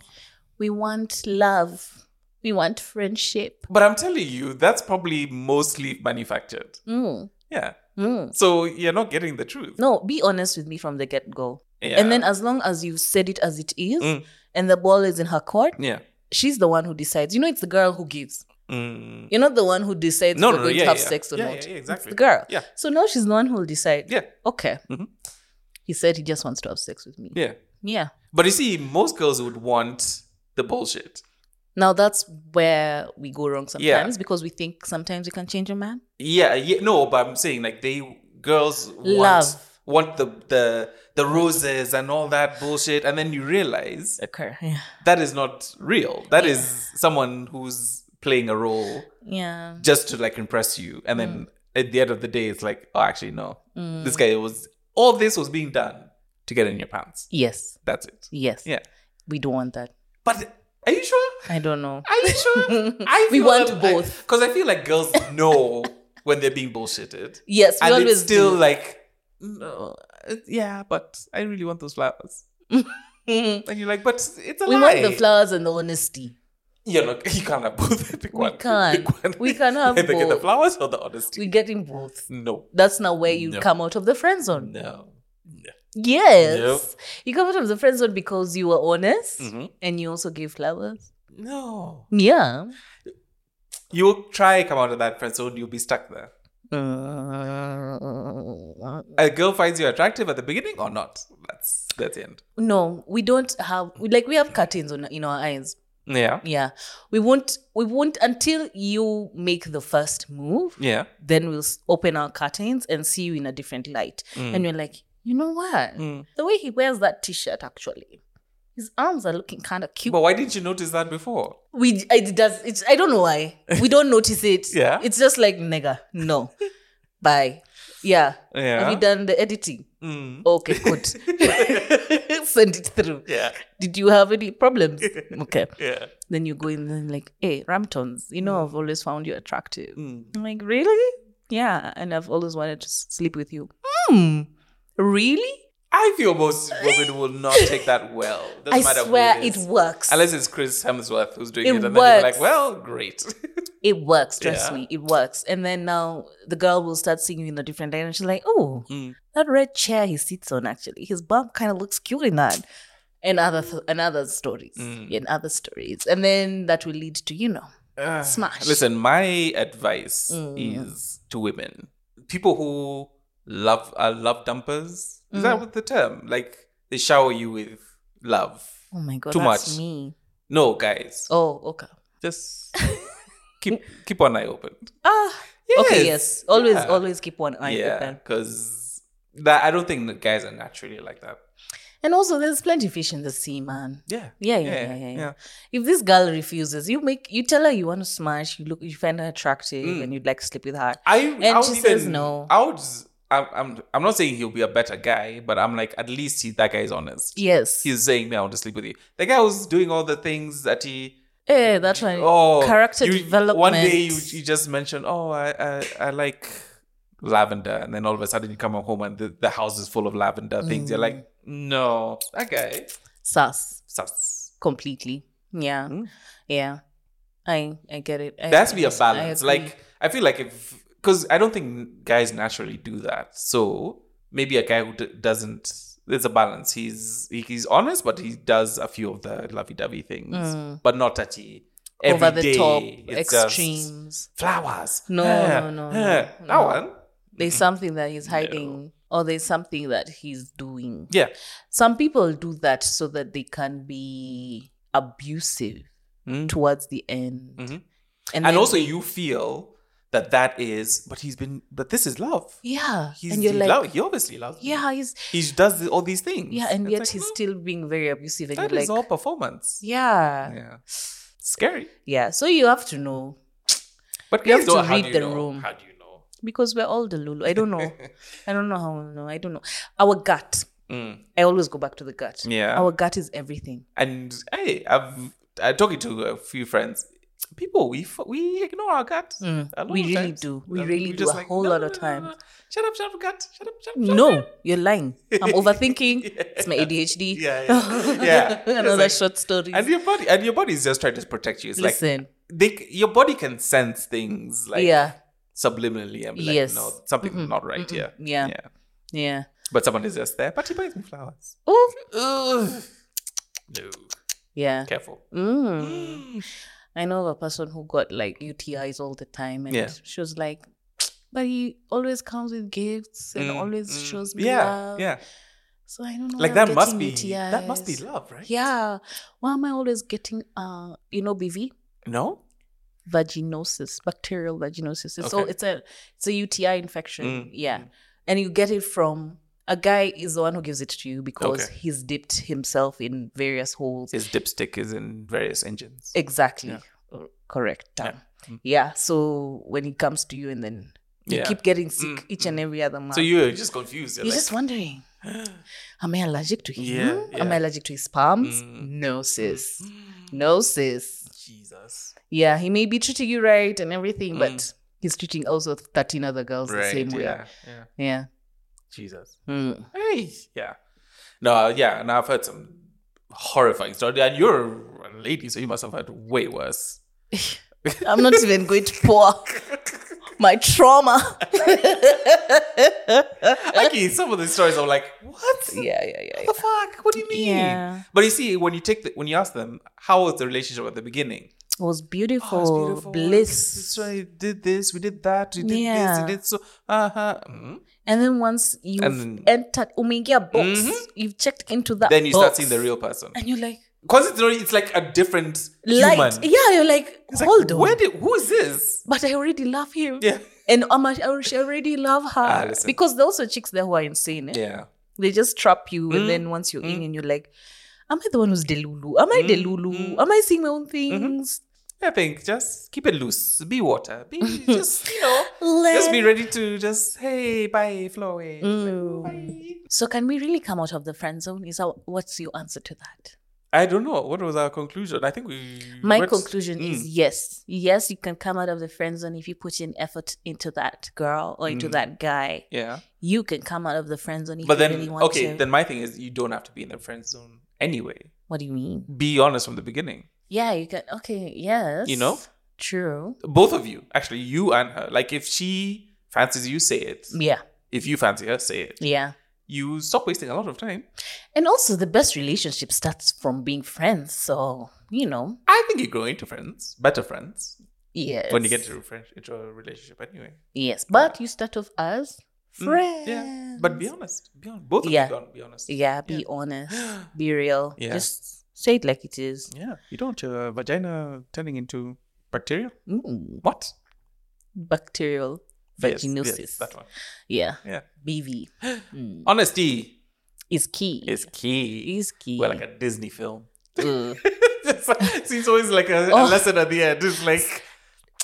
B: We want love. We want friendship.
A: But I'm telling you, that's probably mostly manufactured.
B: Mm.
A: Yeah.
B: Mm.
A: So you're not getting the truth.
B: No, be honest with me from the get go.
A: Yeah.
B: And then, uh, as long as you said it as it is,
A: Mm.
B: and the ball is in her court,
A: yeah.
B: she's the one who decides. You know, it's the girl who gives.
A: Mm.
B: You're not the one who decides
A: No,
B: if
A: no,
B: we're
A: no,
B: going
A: yeah,
B: to have
A: yeah,
B: sex or
A: yeah,
B: not.
A: yeah, yeah,
B: It's
A: exactly.
B: the girl.
A: Yeah.
B: So now she's the one who will decide.
A: Yeah.
B: Okay.
A: Mhm.
B: He said he just wants to have sex with me.
A: Yeah.
B: Yeah.
A: But you see, most girls would want the bullshit.
B: Now that's where we go wrong sometimes because we think sometimes we can change a man.
A: Yeah, yeah, no, but I'm saying like they girls want
B: Love.
A: want the the the roses and all that bullshit, and then you realize
B: Okay. Yeah.
A: that is not real. That is someone who's playing a role
B: Yeah.
A: just to like impress you, and then
B: Mm.
A: at the end of the day, it's like, oh, actually, no, this guy was all this was being done to get in your pants.
B: Yes.
A: That's it.
B: Yes.
A: Yeah,
B: We don't want that.
A: but are you sure?
B: I don't know.
A: Are you sure? I
B: We want both.
A: because I, feel like girls know when they're being bullshitted.
B: Yes, we
A: and
B: always
A: it's still
B: do.
A: like, no, uh, yeah, but I really want those flowers.
B: Mhm.
A: And you're like, but it's a
B: we
A: lie.
B: want the flowers and the honesty.
A: You're not, you can't have both. Pick one.
B: can't.
A: Pick one.
B: We can have
A: Either get the
B: both.
A: flowers or the honesty.
B: We're getting both.
A: no.
B: That's not where you
A: No.
B: come out of the friend zone.
A: No.
B: Yes. You come out of the friend zone because you were honest
A: Mhm.
B: and you also gave flowers.
A: No.
B: Yeah.
A: You'll try come out of that friend zone, you'll be stuck there.
B: Uh, Mm.
A: A girl finds you attractive at the beginning or not. That's that's the end.
B: No, we don't have we- like we have curtains on in our eyes.
A: Yeah.
B: Yeah. We won't we won't until you make the first move,
A: Yeah.
B: then we'll s- open our curtains and see you in a different light. And you're like, "You know what?
A: Mm.
B: The way he wears that t-shirt actually. His arms are looking kind of cute.
A: But why didn't you notice that before?
B: we it does it's I don't know why. We don't notice it.
A: Yeah.
B: It's just like, "Nigga, no." Bye. Yeah.
A: Yeah.
B: Have you done the editing?
A: Mm.
B: Okay, good. Send it through.
A: Yeah.
B: Did you have any problems? Okay.
A: Yeah.
B: Then you go in and like, hey, Ramptons, you know, I've always found you attractive.
A: Mm.
B: I'm like, really? Yeah. And I've always wanted to s- sleep with you. Hmm. Really?
A: I feel most women will not take that well. Doesn't
B: I
A: matter
B: swear
A: who it
B: it
A: is.
B: works.
A: Unless it's Chris Hemsworth who's doing it,
B: It
A: and then you're like,
B: works.
A: well, great.
B: It works, trust
A: Yeah.
B: me. It works. And then now the girl will start seeing you in a different light and she's like, oh,
A: Mm.
B: that red chair he sits on actually, his bump kind of looks cute in that. And other th- and other stories.
A: Mm.
B: And other stories. And then that will lead to, you know.
A: Ah.
B: Smash.
A: Listen, my advice
B: Mm.
A: is to women, people who love are love dumpers. Is
B: Mm.
A: that what the term? Like they shower you with love.
B: Oh my god,
A: Too
B: that's
A: much.
B: me.
A: No, guys,
B: Oh, okay.
A: just keep keep one eye open.
B: Ah, okay, yes. Always,
A: Yeah.
B: always keep one eye
A: yeah,
B: open.
A: because that I don't think that guys are naturally like that.
B: And also, there's plenty of fish in the sea, man.
A: Yeah.
B: Yeah, yeah, yeah, yeah. yeah. If this girl refuses, you make you tell her you want to smash. You look, you find her attractive,
A: Mm.
B: and you'd like to sleep with her.
A: I I would
B: she
A: even,
B: says no.
A: I would. I'm, I'm. I'm not saying he'll be a better guy, but I'm like at least he, that guy is honest.
B: Yes.
A: He's saying, "Me, I want to sleep with you." The guy who's doing all the things that he.
B: Eh, that's right.
A: Oh,
B: character
A: you-
B: development.
A: One day you, you just mentioned, "Oh, I, I I like lavender," and then all of a sudden you come home and the, the house is full of lavender things. You're like,
B: Mm.
A: "No, that guy
B: sus
A: sus."
B: completely. Yeah,
A: Mm.
B: yeah. I I get it. I,
A: There has to be a
B: I
A: balance.
B: agree.
A: Like I feel like if because I don't think guys naturally do that. So maybe a guy who d- doesn't there's a balance. He's he, he's honest, but he does a few of the lovey-dovey things,
B: Mm.
A: but not at the
B: over the
A: everyday,
B: top
A: it's just
B: extremes.
A: flowers.
B: No,
A: Eh,
B: no, no,
A: eh,
B: no,
A: That
B: no.
A: one. Mm-hmm.
B: There's something that he's hiding, or there's something that he's doing.
A: Yeah.
B: Some people do that so that they can be abusive
A: Mm.
B: towards the end.
A: Mhm.
B: And,
A: and
B: then-
A: also you feel that that is but he's been but this is love
B: yeah.
A: he's
B: and you're
A: he
B: like,
A: lo- he obviously loves me.
B: yeah, he's,
A: he does th- all these things
B: yeah, and
A: It's
B: yet
A: like,
B: he's
A: no,
B: still being very abusive. And
A: that
B: you're
A: is
B: like,
A: all performance
B: yeah, yeah.
A: yeah scary
B: So you have to know
A: but
B: You
A: guys
B: have to
A: don't- how
B: read
A: do you
B: the
A: know?
B: room.
A: how do you know
B: because we're all Delulu. I don't know. I don't know how, no, I don't know. Our gut.
A: Mm.
B: I always go back to the gut.
A: Yeah.
B: Our gut is everything.
A: and hey i've i'm talking to a few friends people we f- we ignore our gut a lot
B: Mm. we
A: of
B: really
A: times.
B: do. We
A: Um,
B: really
A: we're
B: do
A: just
B: a whole lot
A: no,
B: of
A: no, no.
B: times.
A: shut up shut up gut shut up shut up, shut up.
B: No, you're lying. I'm overthinking. It's my ADHD.
A: yeah yeah, yeah. It's
B: Another
A: like-
B: short story.
A: and your body and your body is just trying to protect you it's like
B: Listen,
A: they c- your body can sense things like
B: yeah,
A: subliminally and be like,
B: Yes.
A: no, something's not right here.
B: yeah, yeah,
A: But someone is just there, but he buys me flowers.
B: Oh,
A: Ugh. No.
B: yeah.
A: Careful.
B: Mm. I know of a person who got like UTIs all the time, and
A: Yeah.
B: she was like, "But he always comes with gifts and
A: Mm,
B: always
A: mm.
B: shows me
A: Yeah.
B: love."
A: Yeah.
B: So I don't know.
A: Like
B: why I'm
A: that must
B: getting
A: be that must be
B: UTIs.
A: love, right?
B: Yeah. Why am I always getting uh, you know, BV?
A: No?
B: vaginosis, bacterial vaginosis. It's
A: Okay.
B: all it's a it's a UTI infection.
A: Mm.
B: Yeah. And you get it from a guy is the one who gives it to you because
A: Okay.
B: he's dipped himself in various holes.
A: His dipstick is in various engines.
B: exactly.
A: Yeah.
B: Uh, Correct.
A: Yeah. Mm.
B: Yeah. yeah. So when he comes to you and then you
A: Yeah.
B: keep getting sick
A: Mm,
B: each and every other month.
A: so you're just confused. You're
B: you're
A: like,
B: just wondering, am I allergic to him?
A: Yeah,
B: Am
A: yeah.
B: I allergic to his palms?
A: Mm. Mm-hmm.
B: No, sis. No, sis.
A: Jesus.
B: yeah, he may be treating you right and everything,
A: Mm.
B: but he's treating also 13 other girls the same way. Yeah.
A: Yeah. yeah. Jesus.
B: Mm.
A: Hey. Yeah. No, yeah, and I've heard some horrifying stories. And you're a lady, so you must have heard way worse.
B: I'm not even going to pour my trauma.
A: Actually, some of the stories I'm like, what?
B: yeah, yeah, yeah.
A: What the fuck? What do you mean?
B: Yeah.
A: But you see, when you take the, when you ask them, how was the relationship at the beginning?
B: It was beautiful,
A: Oh, it's
B: bliss.
A: So we did this, we did that, we did this,
B: Yeah.
A: we did so. Uh huh. Mhm.
B: And then once you've
A: And-
B: entered Umingia box,
A: Mhm.
B: you've checked into that
A: Then you
B: box,
A: start seeing the real person.
B: And you're like,
A: Because it's, already- it's like a different
B: light.
A: human.
B: Yeah, you're like,
A: It's like,
B: hold on.
A: Where did, who is this?
B: but I already love him.
A: Yeah.
B: And I'm, I already love her.
A: Ah, listen.
B: because there are also chicks there who are insane. eh?
A: Yeah.
B: they just trap you
A: Mm.
B: and then once you're in and you're like am i the one who's delulu am i
A: Mm-hmm.
B: delulu am i seeing my own things
A: I think just keep it loose. Be water. Be just, you know, just
B: Let-
A: be ready to just, hey, bye, flow away.
B: Mm.
A: Bye.
B: so can we really come out of the friend zone is that what's your answer to that
A: I don't know. What was our conclusion? I think we. Mm.
B: my
A: went-
B: conclusion is yes yes you can come out of the friend zone if you put in effort into that girl or into that guy
A: Yeah.
B: you can come out of the friend zone if
A: Mm. But
B: you
A: then,
B: really want
A: okay,
B: to
A: then my thing is you don't have to be in the friend zone anyway.
B: what do you mean
A: Be honest from the beginning.
B: yeah you can okay yes
A: You know?
B: true
A: Both of you, actually, you and her. Like, if she fancies you, say it.
B: yeah
A: If you fancy her, say it.
B: yeah
A: You stop wasting a lot of time.
B: and also the best relationship starts from being friends so you know
A: I think you grow into friends, better friends,
B: Yes.
A: when you get into a, friend, into a relationship anyway.
B: Yes, but you start off as friends.
A: Mm, Yeah. But be honest. Be honest. Both of
B: Yeah.
A: you gotta be honest.
B: Yeah, be
A: Yeah.
B: honest. Be real.
A: Yeah.
B: Just say it like it is.
A: Yeah. You don't want your vagina turning into bacteria.
B: Mm.
A: What?
B: Bacterial
A: Yes,
B: vaginosis.
A: Yes, that one.
B: Yeah.
A: Yeah.
B: BV
A: Honesty
B: is key.
A: is key.
B: Is key.
A: Well, like a Disney film.
B: Mm.
A: it's like, seems always like a, a
B: Oh.
A: lesson at the end. It's like,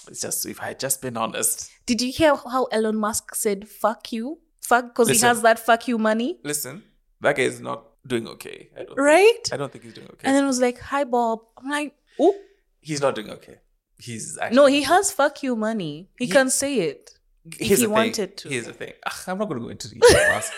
A: it's just, if I had just been honest.
B: Did you hear how Elon Musk said fuck you? Fuck because he
A: Listen.
B: has that fuck you money,
A: Listen, that guy is not doing okay. I don't
B: right?
A: Think, I don't think he's doing okay.
B: And then it was like, "Hi Bob." I'm like, "Oh,
A: he's not doing okay. He's actually.
B: no, he
A: not
B: has fuck you money. He
A: He-
B: can say it."
A: doing-
B: if
A: Here's
B: he
A: the thing.
B: wanted to.
A: Here's the thing. Ugh, I'm not going to go into details.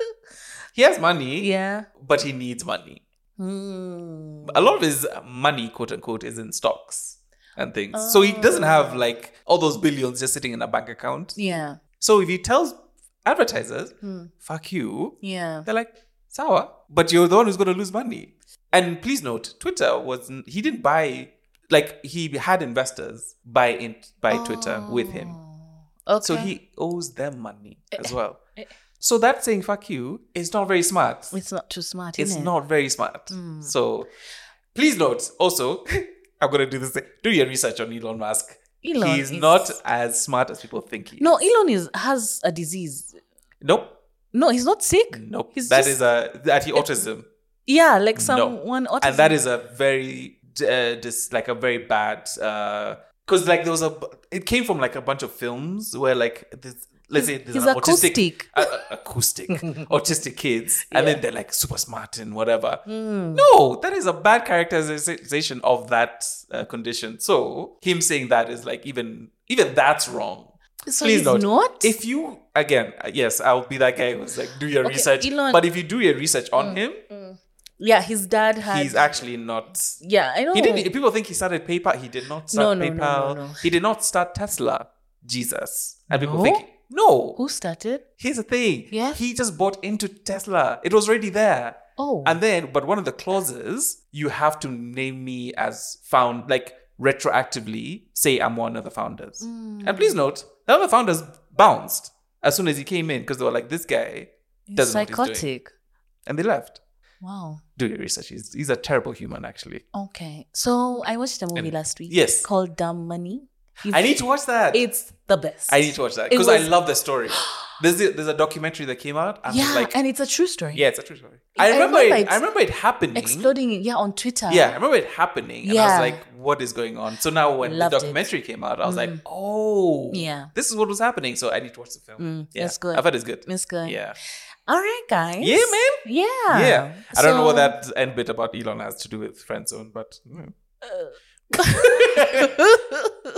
A: he has money,
B: Yeah.
A: but he needs money.
B: Mm.
A: a lot of his money, quote unquote, is in stocks and things. So
B: Ah.
A: he doesn't have like all those billions just sitting in a bank account.
B: Yeah.
A: So if he tells advertisers,
B: Mm.
A: fuck you,
B: Yeah.
A: they're like, sour, but you're the one who's going to lose money. And please note, Twitter was, he didn't buy, like, he had investors buy in, buy Twitter with him.
B: Oh. Okay.
A: So he owes them money as well.
B: eh.
A: So that saying fuck you is not very smart.
B: It's not too smart.
A: It's
B: innit?
A: not very smart. So Please note also, I'm going to do this. thing. Do your research on Elon Musk.
B: Elon
A: He's
B: is-
A: not as smart as people think he is.
B: No, e Elon is has a disease.
A: Nope.
B: No, he's not sick.
A: Nope. That
B: He's
A: is
B: just-
A: a that he autism,
B: Yeah, like
A: No.
B: someone autism.
A: and that is a very uh, dis, like a very bad uh because like there was a bu- it came from like a bunch of films where like this, let's say there's
B: he's
A: an autistic
B: acoustic.
A: a- a- acoustic autistic kids and then they're like super smart and whatever
B: Hmm.
A: no that is a bad characterization of that uh, condition so him saying that is like even even that's wrong
B: So
A: please
B: he's
A: note,
B: not.
A: if you again uh, yes i'll be that guy who's like do your
B: Okay,
A: research
B: Elon- Hmm.
A: but if you do your research on him
B: yeah, his dad had.
A: he's actually not
B: yeah, I know.
A: he didn't e- people think he started paypal he did not start
B: No, no, no,
A: paypal
B: no, no.
A: he did not start tesla jesus and people
B: No?
A: think no
B: Who started?
A: here's the thing
B: Yeah?
A: he just bought into tesla it was already there
B: Oh,
A: and then but one of the clauses you have to name me as found like retroactively say i'm one of the founders
B: Hmm.
A: and please
B: Mm.
A: note the other founders bounced as soon as he came in because they were like this guy
B: he's
A: doesn't know what he's doing.
B: psychotic.
A: and they left
B: Wow.
A: do your research he's, he's a terrible human actually
B: Okay. So I watched a movie
A: Anyway,
B: last week.
A: yes.
B: Called Dumb Money. You've-
A: i need to watch that
B: It's the best.
A: I need to watch that
B: It
A: because I
B: was-
A: love the story. There's a, there's a documentary that came out. And
B: yeah,
A: yeah, like,
B: and it's a true story.
A: yeah, it's a true story.
B: I
A: I remember,
B: remember
A: it,
B: it's
A: I remember it happening.
B: Exploding. Yeah, on Twitter.
A: Yeah, I remember it happening, and I
B: Yeah.
A: was like, "What is going on?" So now, when
B: Loved
A: the
B: it. Mm.
A: documentary came out, I was like, "Oh,
B: Yeah.
A: this is what was happening." So I need to watch the film.
B: Mm,
A: yeah,
B: that's good.
A: I've heard it's good.
B: It's good.
A: Yeah,
B: All right, guys.
A: Yeah, man.
B: Yeah.
A: yeah. I don't know what
B: So-
A: that end bit about Elon has to do with friend zone, but mm.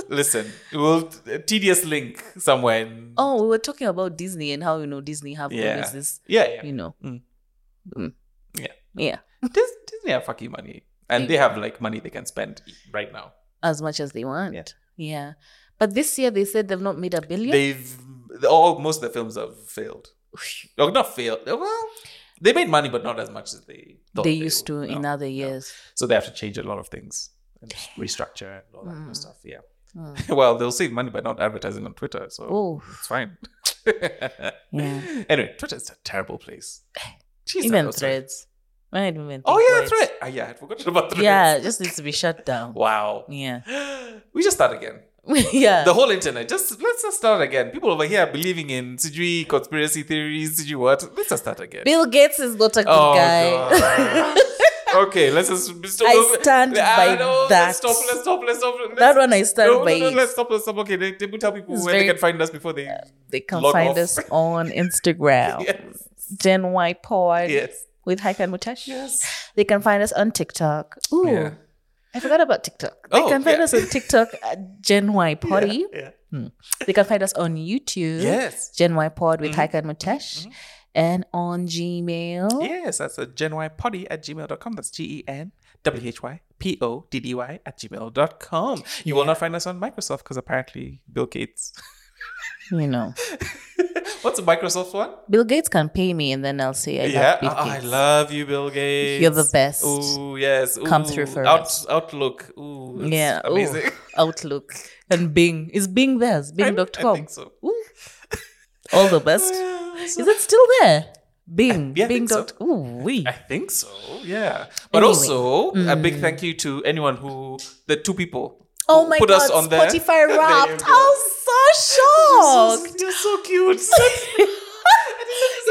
A: listen, we'll uh, tedious link somewhere. in-
B: oh, we were talking about Disney and how you know Disney have
A: Yeah.
B: always this,
A: yeah, yeah.
B: you know.
A: Mm.
B: Mm.
A: Yeah.
B: Yeah.
A: Dis- Disney have fucking money, and they have like money they can spend right now.
B: As much as they want. Yeah. But this year they said they've not made a billion.
A: They've all most of the films have failed. Or not failed. uh, Well, they made money, but not as much as they thought
B: they used to
A: would.
B: in
A: No,
B: other
A: no.
B: years.
A: So they have to change a lot of things and restructure and all that kind
B: Mm.
A: of stuff. Yeah.
B: Mm.
A: well, they'll save money by not advertising on Twitter, so
B: Oh,
A: it's fine.
B: yeah.
A: Anyway, Twitter is a terrible place. Jeez, I'm
B: Even
A: so sorry.
B: threads. I didn't even
A: Oh
B: think
A: yeah,
B: twice.
A: thread. Ah, yeah, I forgot about threads.
B: Yeah, it just needs to be shut down.
A: Wow.
B: Yeah.
A: We just start again.
B: yeah.
A: the whole internet. Just let's just start again. People over here are believing in CG conspiracy theories, CG what? Let's just start again.
B: Bill Gates is not a good
A: Oh,
B: guy.
A: okay, let's just stop.
B: I stand
A: Ah,
B: by that.
A: Let's stop. Let's stop. Let's stop. Let's,
B: that one I stand
A: no, no,
B: by.
A: no,
B: it.
A: let's stop. Let's stop. Okay, they, they will tell people
B: It's
A: where they
B: very-
A: can find us before they.
B: They can
A: Log
B: find
A: off.
B: us on Instagram,
A: Yes.
B: Gen Y Pod
A: Yes.
B: with Haika and Mutash.
A: Yes.
B: They can find us on TikTok. Ooh,
A: Yeah.
B: I forgot about TikTok. They
A: Oh,
B: can find
A: yeah.
B: us on TikTok at Gen Y Potty.
A: Yeah.
B: They can find us on YouTube,
A: Yes. Mm-hmm.
B: Gen Y Pod with Haika and Mutash, and on Gmail.
A: Yes, that's a genypoddy at gmail.com. That's G E N W H Y P O D D Y at gmail.com. You will not find us on Microsoft because apparently Bill Gates.
B: You know,
A: What's a Microsoft one?
B: Bill Gates can pay me, and then I'll say I
A: yeah, Oh, Ah,
B: love Bill
A: I-
B: Gates.
A: I love you, Bill Gates.
B: You're the best.
A: Ooh, yes. Ooh,
B: Come through for
A: Out,
B: us.
A: Outlook. Ooh, it's
B: yeah, ooh,
A: amazing.
B: Outlook and Bing is Bing theirs.
A: I-
B: Bing.com.
A: I think so.
B: Ooh. All the best. Is it still there? Bing.
A: yeah, I
B: Bing.
A: think so.
B: Dot, ooh, we.
A: I think so. Yeah, but
B: Anyway. mm.
A: also a big thank you to anyone who the two people.
B: Oh
A: who
B: my
A: put
B: god,
A: us on there.
B: Spotify
A: you
B: wrapped.
A: go.
B: I was so
A: You're
B: shocked.
A: so, you're so cute.
B: you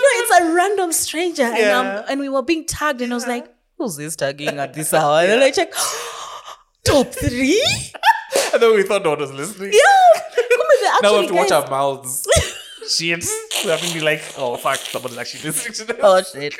B: know, it's a random stranger. And,
A: Yeah.
B: um, and we were being tagged, and I was like, who's this tagging at this hour? And then I check, top three?
A: and then we thought no one was listening.
B: Yeah. Come on, they're
A: Now we
B: actually
A: have to watch
B: guys-
A: our mouths. Shit, we're having to be like, oh fuck, someone's actually listening to this.
B: Oh shit.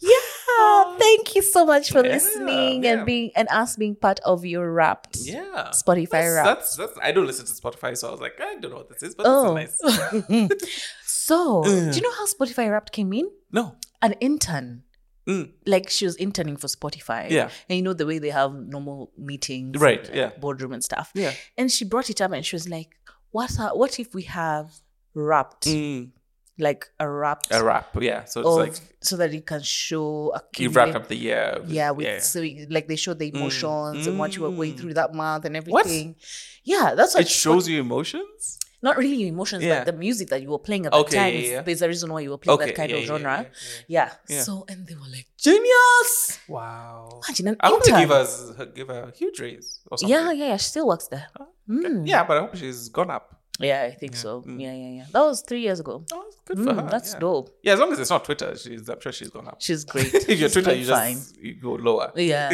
B: Yeah. Thank you so much for
A: Yeah,
B: listening
A: yeah.
B: and being and us being part of your wrapped
A: Yeah.
B: Spotify wrapped.
A: That's, that's I don't listen to Spotify, so I was like, I don't know what this is, but
B: Oh.
A: this is nice. Mm.
B: So, do you know how Spotify Wrapped came in?
A: No.
B: An intern.
A: Mm.
B: Like she was interning for Spotify.
A: Yeah.
B: And you know the way they have normal meetings,
A: Right,
B: and, uh,
A: yeah.
B: boardroom and stuff.
A: Yeah.
B: And she brought it up and she was like, "What? Are, what if we have wrapped, like a wrapped,
A: Mm. A wrap, yeah. So it's
B: of,
A: like
B: so that it can show a
A: you
B: cumulative-
A: wrap up the year. with-
B: yeah, with so you- like they show the emotions and what you were going
A: Mm.
B: through that month and everything. Yeah, that's what
A: It shows you emotions.
B: not really your emotions,
A: Yeah.
B: but the music that you were playing at the
A: Okay,
B: time.
A: yeah,
B: is-
A: yeah.
B: There's a reason why you were playing
A: Okay,
B: that kind
A: yeah,
B: of
A: yeah,
B: genre.
A: yeah,
B: Yeah.
A: Yeah.
B: So and they were like genius.
A: Wow.
B: Imagine an
A: I hope they
B: intern.
A: give us give her a huge raise or something. Oh,
B: yeah, yeah, yeah. She still works there. Mm.
A: Yeah, but I hope she's gone up.
B: Yeah, I think so.
A: Mm.
B: Yeah, yeah, yeah. That was three years ago.
A: Oh, it's good for
B: Mm,
A: her.
B: that's
A: yeah.
B: dope.
A: Yeah, as long as it's not Twitter, she's I'm sure she's gone up.
B: She's great.
A: if you're
B: She's
A: Twitter,
B: doing
A: you just you go lower.
B: Yeah.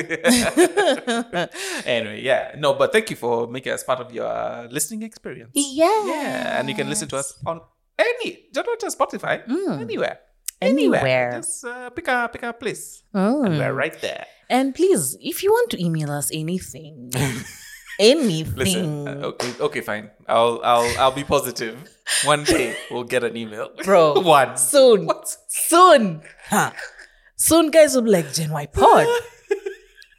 A: anyway, yeah. No, but thank you for making us part of your uh, listening experience.
B: yeah.
A: Yeah, and you can listen to us on any, just not just Spotify,
B: Mm.
A: anywhere,
B: anywhere.
A: Just uh, pick a pick a place,
B: Mm.
A: and we're right there.
B: And please, if you want to email us anything, anything.
A: Listen, uh, okay, okay, fine. I'll I'll I'll be positive. One day we'll get an email,
B: Bro.
A: One
B: Soon.
A: What?
B: Soon. Huh. Soon, guys will be like, Gen Y Pod.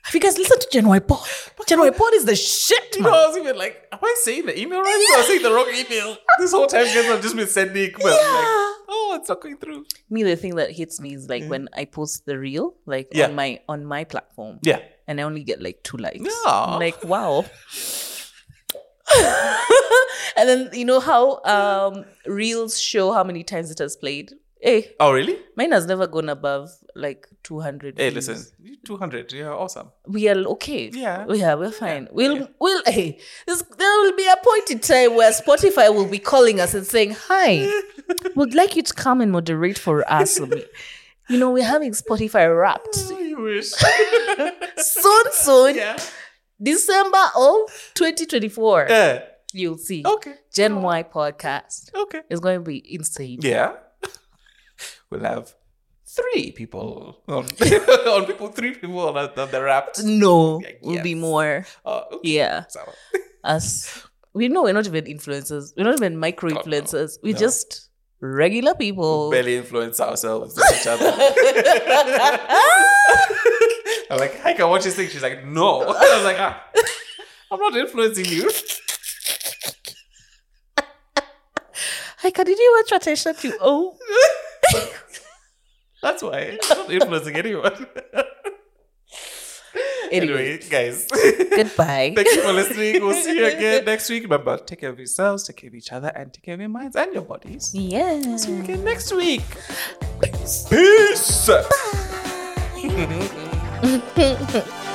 B: Have you guys listened to Gen Y Pod? Gen Y Pod is the shit,
A: You know,
B: man.
A: I was even like, am I saying the email right? I was saying the wrong email. This whole time, guys, I've just been sending emails. Like,
B: Yeah.
A: oh, it's not going through.
B: Me, the thing that hits me is like when I post the reel, like
A: Yeah.
B: on my on my platform,
A: Yeah.
B: and I only get like two likes.
A: No.
B: I'm like, wow. and then you know how um reels show how many times it has played? Hey,
A: Oh, really?
B: mine has never gone above like 200.
A: Hey,
B: views.
A: listen, you 200. You're awesome.
B: We are okay.
A: Yeah.
B: Yeah, we're fine. We'll we'll hey, this, there will be a point in time where Spotify will be calling us and saying, Hi, we'd like you to come and moderate for us. you know, we're having Spotify wrapped.
A: Oh, you wish.
B: Soon, soon.
A: yeah.
B: December of 2024.
A: Yeah.
B: You'll see.
A: Uh, Okay.
B: Gen Y podcast.
A: Okay.
B: It's going to be insane.
A: Yeah. We'll have three people on, on people, three people on, on the wrapped.
B: No,
A: Yes.
B: we'll be more.
A: Oh, okay.
B: Yeah,
A: So,
B: us. We know we're not even influencers. We're not even micro
A: no.
B: influencers. We're
A: No.
B: just regular people.
A: barely influence ourselves with each other. I'm like, I can watch this thing. She's like, no. I was like, ah, I'm not influencing you.
B: Haika, did you watch what I shot you? Oh,
A: That's why I'm not influencing anyone.
B: anyway.
A: anyway, guys,
B: Goodbye.
A: thank you for listening. We'll see you again next week. Remember, take care of yourselves, take care of each other, and take care of your minds and your bodies.
B: Yeah.
A: See you again next week. Peace.